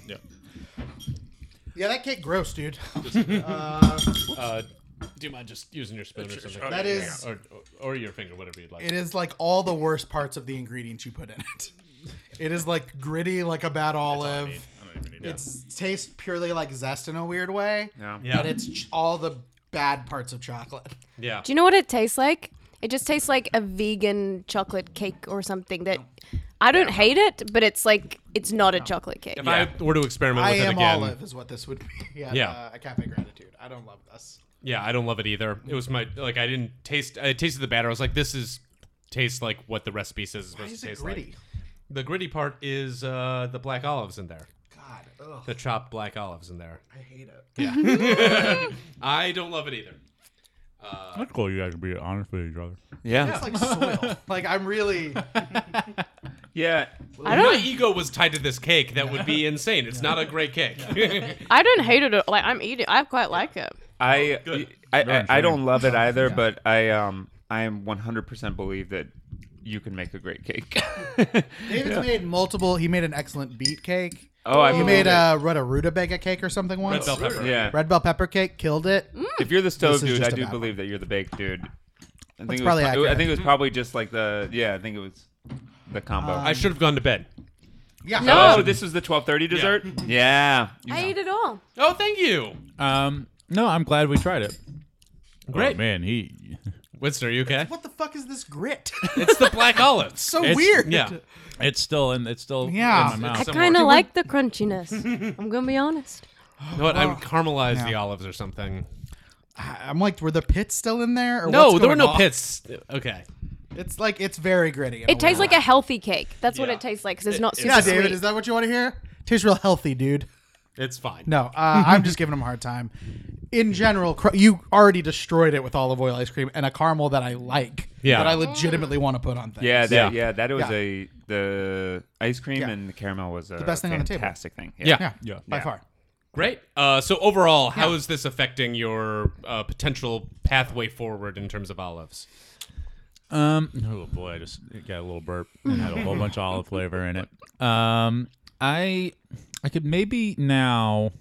Yeah, that cake gross, dude. Uh, do you mind just using your spoon or something? That is- or, or your finger, whatever you'd like. It is like all the worst parts of the ingredients you put in it. It is like gritty, like a bad olive. It's tastes purely like zest in a weird way, yeah. yeah, but it's ch- all the bad parts of chocolate. yeah. Do you know what it tastes like? It just tastes like a vegan chocolate cake or something that I don't hate it, but it's like it's not a chocolate cake. If I were to experiment I with it am again, olive is what this would be. At, Yeah. uh, at Cafe Gratitude. I don't love this. yeah, I don't love it either. It was my like I didn't taste. I tasted the batter. I was like, this is tastes like what the recipe says it's Why supposed is to it taste gritty? like. The gritty part is uh, the black olives in there. God, ugh, The chopped black olives in there. I hate it. Yeah, I don't love it either. That's cool. You guys can be honest with each other. Yeah. It's like soil. like I'm really. Yeah. I If my don't ego was tied to this cake. That would be insane. It's not a great cake. I don't hate it. at- Like I'm eating I quite like it. I Oh, Good. I, I, I don't love it either, but I um I am 100% believe that you can make a great cake. David's made multiple. He made an excellent beet cake. oh, I He believe made it. a what a rutabaga cake or something once. Red bell pepper. yeah. Red bell pepper cake killed it. Mm. If you're the stove This is dude, just I a do bad believe that you're the baked dude. I That's think, it was, probably pro- I accurate. think it was probably just like the yeah. I think it was the combo. Uh, I should have gone to bed. Yeah. No. Oh, this was the 12:30 dessert. Yeah. I eat it all. Oh, thank you. Um, no, I'm glad we tried it. Great. Oh, man, he. Winston, are you okay? What the fuck is this grit? It's the black olives. so It's- weird. Yeah. It's still in. It's still Yeah. in my mouth. I Some kind of more. like the crunchiness. I'm gonna be honest. You know what? I would caramelize the Yeah. olives or something. I'm like, were the pits still in there? Or No, what's there were going no on? pits. Okay. It's like it's very gritty. in It tastes way. like a healthy cake. That's what Yeah. it tastes like because it's not super Yeah, David, sweet. is that what you want to hear? Tastes real healthy, dude. It's fine. No, uh, I'm just giving him a hard time. In general, cr- you already destroyed it with olive oil ice cream and a caramel that I like. Yeah. That I legitimately want to put on things. Yeah, that, Yeah. yeah, that was Yeah. a the ice cream Yeah. and the caramel was a the best thing on the table. fantastic thing. Yeah. Yeah. Yeah. By Yeah. far. Great. Uh, so overall, how is this affecting your uh, potential pathway forward in terms of olives? Um, oh boy, I just it got a little burp and had a whole bunch of olive flavor in it. Um, I I could maybe now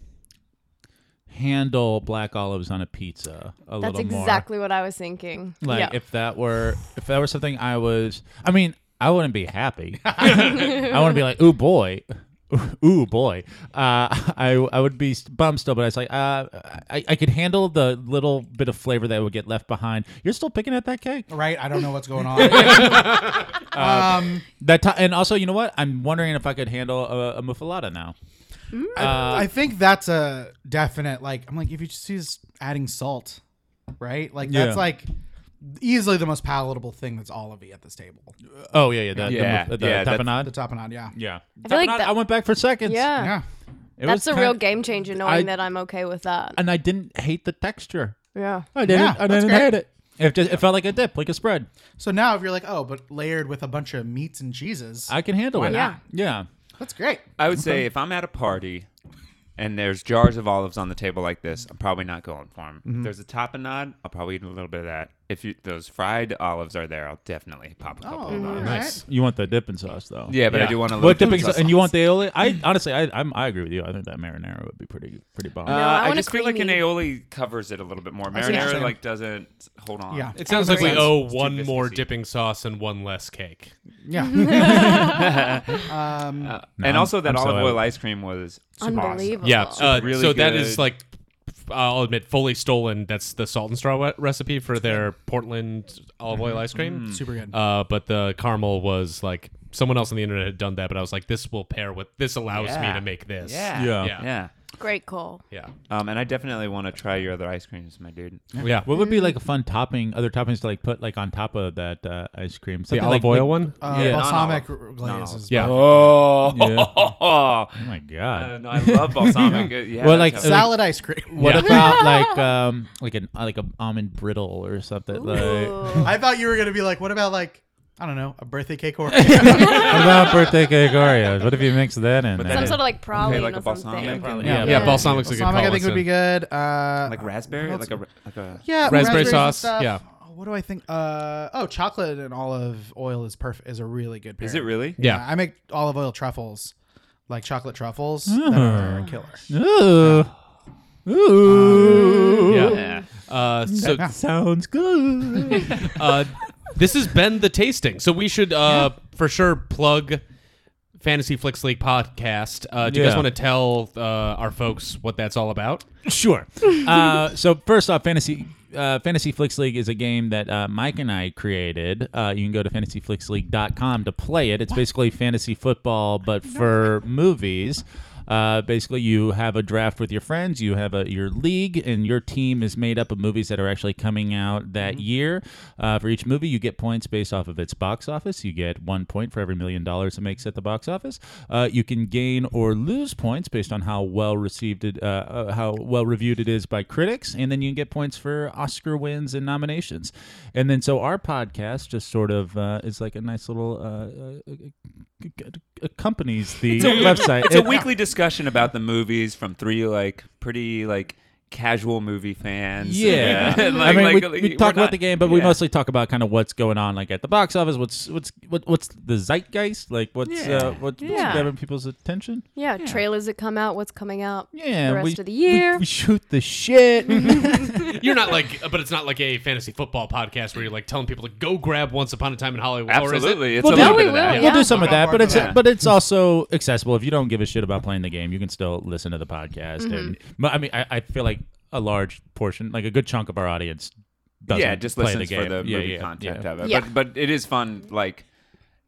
handle black olives on a pizza a That's little more. exactly what I was thinking. Like yeah. if that were if that were something I was I mean, I wouldn't be happy. I wouldn't be like, "Ooh boy." Ooh boy. Uh I I would be bummed still, but I was like, uh I, I could handle the little bit of flavor that would get left behind. You're still picking at that cake? Right? I don't know what's going on. um, That ti and also, you know what? I'm wondering if I could handle a, a muffalata now. I, I think that's a definite, like, I'm like, if you just use adding salt, right? Like, that's Yeah. like easily the most palatable thing that's olivey at this table. Oh yeah, yeah, the, Yeah, the, the yeah, that's- The tapenade. tapenade, yeah. Yeah, I feel like Tapenade, that- I went back for seconds. yeah. Yeah. It was That's a kind- real game changer knowing I- that I'm okay with that. and I didn't hate the texture. yeah. I didn't. Yeah, I that's didn't great. hate it. It just it felt like a dip, like a spread. So now if you're like, oh, but layered with a bunch of meats and cheeses, I can handle it. not? yeah. that's great. I would say if I'm at a party and there's jars of olives on the table like this, I'm probably not going for them. If there's a tapenade, I'll probably eat a little bit of that. If you, those fried olives are there, I'll definitely pop a couple. Oh, of all those. Nice. You want the dipping sauce though. Yeah, but I do want a little What bit of dipping sauce sauce? And you want the aioli? I honestly, I I'm, I agree with you. I think that marinara would be pretty pretty bomb. Uh, I I, want a just feel like an creamy- aioli covers it a little bit more. see what you're Marinara saying. like doesn't hold on. Yeah. It sounds like we It's- owe it's too one more viscousy. dipping sauce and one less cake. Yeah. Uh, No, and I'm- also that I'm so olive oil out. ice cream was super awesome. Unbelievable. Yeah. It's Uh, really so that good. is like, I'll admit, fully stolen. That's the salt and straw we- recipe for their Portland olive oil ice cream. Super good. Uh, but the caramel was like someone else on the internet had done that, but I was like, this will pair with this allows me Yeah. to make this. Yeah. Yeah. Yeah. Great call. Yeah. Um, and I definitely want to try your other ice creams, my dude. Yeah. What would be like a fun topping? Other toppings to like put like on top of that uh, ice cream? The Something olive like, oil one? Uh, Yeah. balsamic No, r- no. glaze is Yeah. Oh, Oh my Uh, god! no, I love balsamic. Uh, yeah, Well, like- that's how- salad ice cream. What Yeah. about like um like an uh, like a almond brittle or something like? Ooh. I thought you were gonna be like, what about like I don't know, a birthday cake or What about birthday cake Oreos? What if you mix that in? But there? Some that- sort of like praline like a or balsamic something. and- Yeah, Yeah, yeah. balsamic's a good balsamic. I call, think would be listen. good. Uh, like raspberry, what like a, like a. yeah, Raspberry raspberries and sauce, stuff. yeah. Oh, What do I think? Uh, oh, chocolate and olive oil is perfect. Is a really good pair. Is it really? Yeah. I make olive oil truffles, like chocolate truffles that Ah. are killer. Ooh. Ooh. Yeah. Uh, so Yeah. Sounds good. uh, this has been the tasting. So we should uh, for sure plug Fantasy Flicks League podcast. Uh, do you Yeah. guys want to tell uh, our folks what that's all about? sure. Uh, so first off, fantasy. Uh, Fantasy Flicks League is a game that uh, Mike and I created. Uh, you can go to fantasyflicksleague.com to play it. It's basically fantasy football, but for movies. Uh, basically, you have a draft with your friends. You have a your league, and your team is made up of movies that are actually coming out that year. Uh, for each movie, you get points based off of its box office. You get one point for every million dollars it makes at the box office. Uh, you can gain or lose points based on how well received it, uh, uh, how well reviewed it is by critics, and then you can get points for Oscar wins and nominations. And then so our podcast just sort of uh, is like a nice little uh, uh, uh, accompanies the website. It's a It- weekly discussion about the movies from three like pretty like casual movie fans. Yeah, like, I mean, like, we, like, we we're talk about not- the game, but we yeah. mostly talk about kind of what's going on, like at the box office. What's what's what, what's the zeitgeist? Like what's uh, what's Yeah. grabbing people's attention? Yeah, trailers that come out, what's coming out Yeah, the rest we, of the we- year. we, shoot the shit. You're not like, but it's not like a fantasy football podcast where you're like telling people to go grab Once Upon a Time in Hollywood. Or is Absolutely, it? it's Well, a no, little we bit of that. will, We'll do Yeah. some of I'm that, on but board it's with that. but it's also accessible. If you don't give a shit about playing the game, you can still listen to the podcast. And but, I mean, I, I feel like a large portion, like a good chunk of our audience, doesn't yeah, just play listens the game. for the yeah, movie yeah, content yeah. of it. Yeah. But but it is fun. Like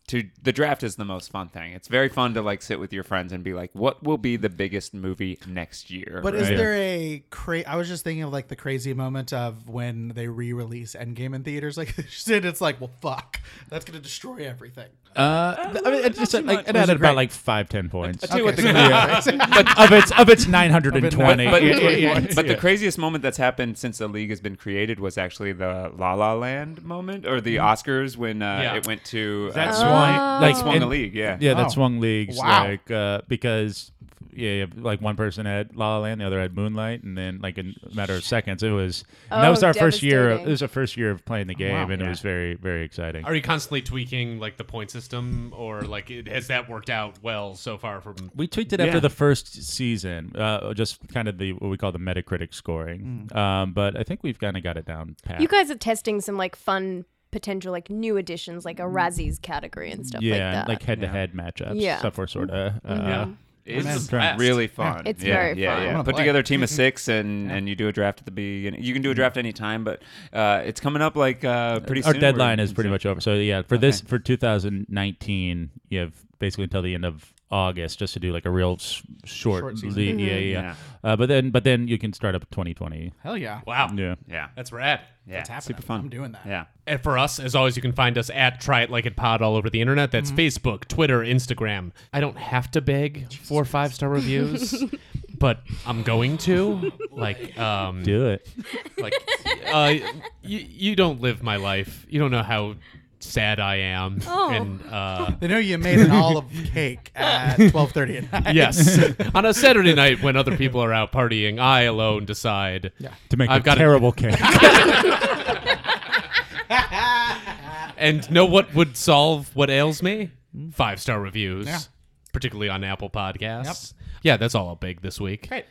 to the draft is the most fun thing. It's very fun to like sit with your friends and be like, what will be the biggest movie next year? But is right? there a cra- I was just thinking of like the crazy moment of when they re-release Endgame in theaters, like shit. It's like, well, fuck, that's gonna destroy everything. Uh, th- I mean, it's just too like much. it Was added great? about like five ten points. I tell you what, the- of its of its 920. But, Yeah, yeah, yeah. but the craziest moment that's happened since the league has been created was actually the La La Land moment, or the Oscars when uh, Yeah. it went to. That's uh, Oh. why- like, it swung the and- league. Yeah. yeah, that Oh. swung leagues Wow. like uh, because yeah, yeah, like one person had La La Land, the other had Moonlight, and then like in a matter of seconds, it was and that Oh, was our first year. Of, it devastating. was our first year of playing the game, and it yeah. was very very exciting. Are you constantly tweaking like the point system, or like it, has that worked out well so far? From We tweaked it Yeah. after the first season, uh, just kind of the what we call the Metacritic scoring. Um, but I think we've kind of got it down pat. Mm. You guys are testing some like fun potential like new additions, like a Razzies category and stuff like yeah, that. like head to head matchups. Yeah. Mm-hmm. stuff we're sort of uh, It's the best. really fun. It's yeah, very yeah, fun. I Yeah. wanna Put play. together a team of six, and and you do a draft at the beginning. You can do a draft anytime, but uh, it's coming up like uh, pretty our soon. deadline We're- is pretty much over. So yeah, for this for 2019, you have basically until the end of August just to do like a real s- short, Short season. lead. Yeah, yeah. yeah. Uh, but then but then you can start up 2020. Hell yeah, wow, Yeah. Yeah. that's rad. yeah. that's happening. Super fun. I'm doing that. Yeah. And for us, as always, you can find us at Try It Like It Pod all over the internet. That's Facebook, Twitter, Instagram. I don't have to beg for five star reviews, but I'm going to. Like, um, Do it. like, uh, you, you don't live my life. You don't know how sad I am. Oh. And uh, They know you made an olive cake at 12:30 at night. yes, on a Saturday night when other people are out partying, I alone decide. Yeah. To make I've a got a- terrible cake. And know what would solve what ails me? Five star reviews, Mm-hmm. Yeah. particularly on Apple Podcasts. Yeah, that's all I'll beg this week. Great.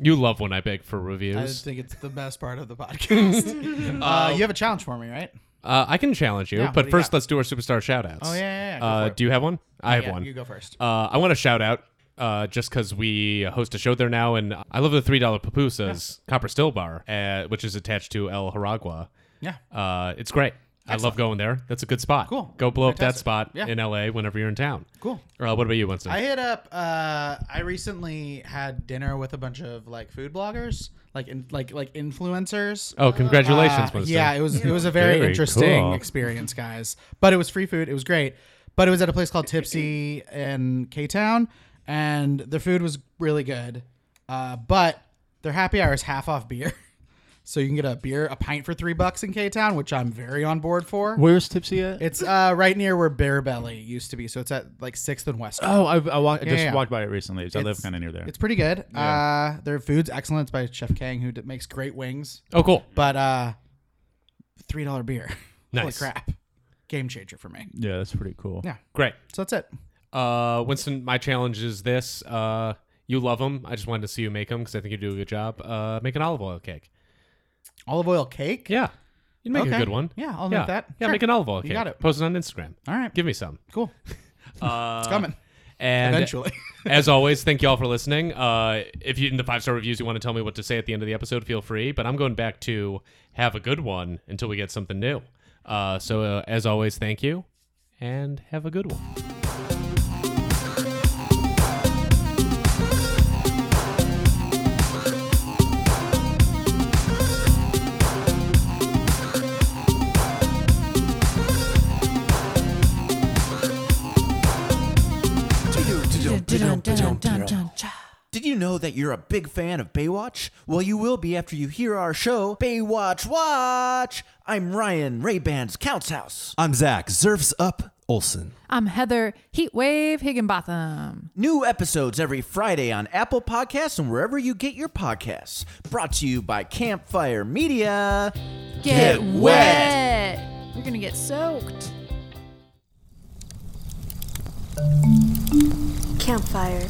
You love when I beg for I reviews. think it's the best part of the podcast. Oh. uh, you have a challenge for me, right? uh, I can challenge you, Yeah, what do but you first got? let's do our superstar shout outs. Oh, yeah, yeah, yeah, go uh, for it. do you have one? I have Yeah, one. You go first. Uh, I want to shout out uh, just because we host a show there now, and I love the $3 pupusas, Copper Still Bar, uh, which is attached to El Haragua. Yeah. Uh, it's great. I love going there. That's a good spot. Cool. Go blow up that Fantastic. spot Yeah. in LA whenever you're in town. Cool. Uh, what about you, Winston? I hit up. Uh, I recently had dinner with a bunch of like food bloggers, like in, like like influencers. oh, congratulations, Uh, Winston. yeah, it was it was a very, Very interesting cool. experience, guys. But it was free food. It was great. But it was at a place called Tipsy in K Town, and the food was really good. Uh, but their happy hour is half off beer, so you can get a beer, a pint for three bucks in K Town, which I'm very on board for. Where's Tipsy at? It's uh, right near where Bear Belly used to be, so it's at like Sixth and West. oh, I, I, walk, I just yeah. walked by it recently. So I live It's- kind of near there. It's pretty good. Uh, their food's excellent. It's by Chef Kang, who d- makes great wings. Oh, cool. But uh, three dollar beer. Nice. Holy crap! Game changer for me. yeah, that's pretty cool. Yeah. Great. So that's it. Uh, Winston, my challenge is this. Uh, you love them. I just wanted to see you make them because I think you do a good job. Uh, make an olive oil cake. Olive oil cake. Yeah. You'd make a Okay. good one. Yeah, I'll yeah. make that. Yeah, Sure. make an olive oil cake. got it. Post it on Instagram. All right. Give me some. Cool. Uh, it's Coming And eventually. As always, thank you all for listening. Uh, if you in the five star reviews, you want to tell me what to say at the end of the episode, feel free. But I'm going back to have a good one until we get something new. Uh, so uh, as always, thank you, and have a good one. Did you know that you're a big fan of Baywatch? Well, you will be after you hear our show, Baywatch Watch. I'm Ryan Rayband's Counts House. Uh, I'm Zach. Zerf's up Olson. I'm Heather Heatwave Higginbotham. New episodes every Friday on Apple Podcasts and wherever you get your podcasts. Brought to you by Campfire Media. Get wet. We're gonna get soaked. Campfire.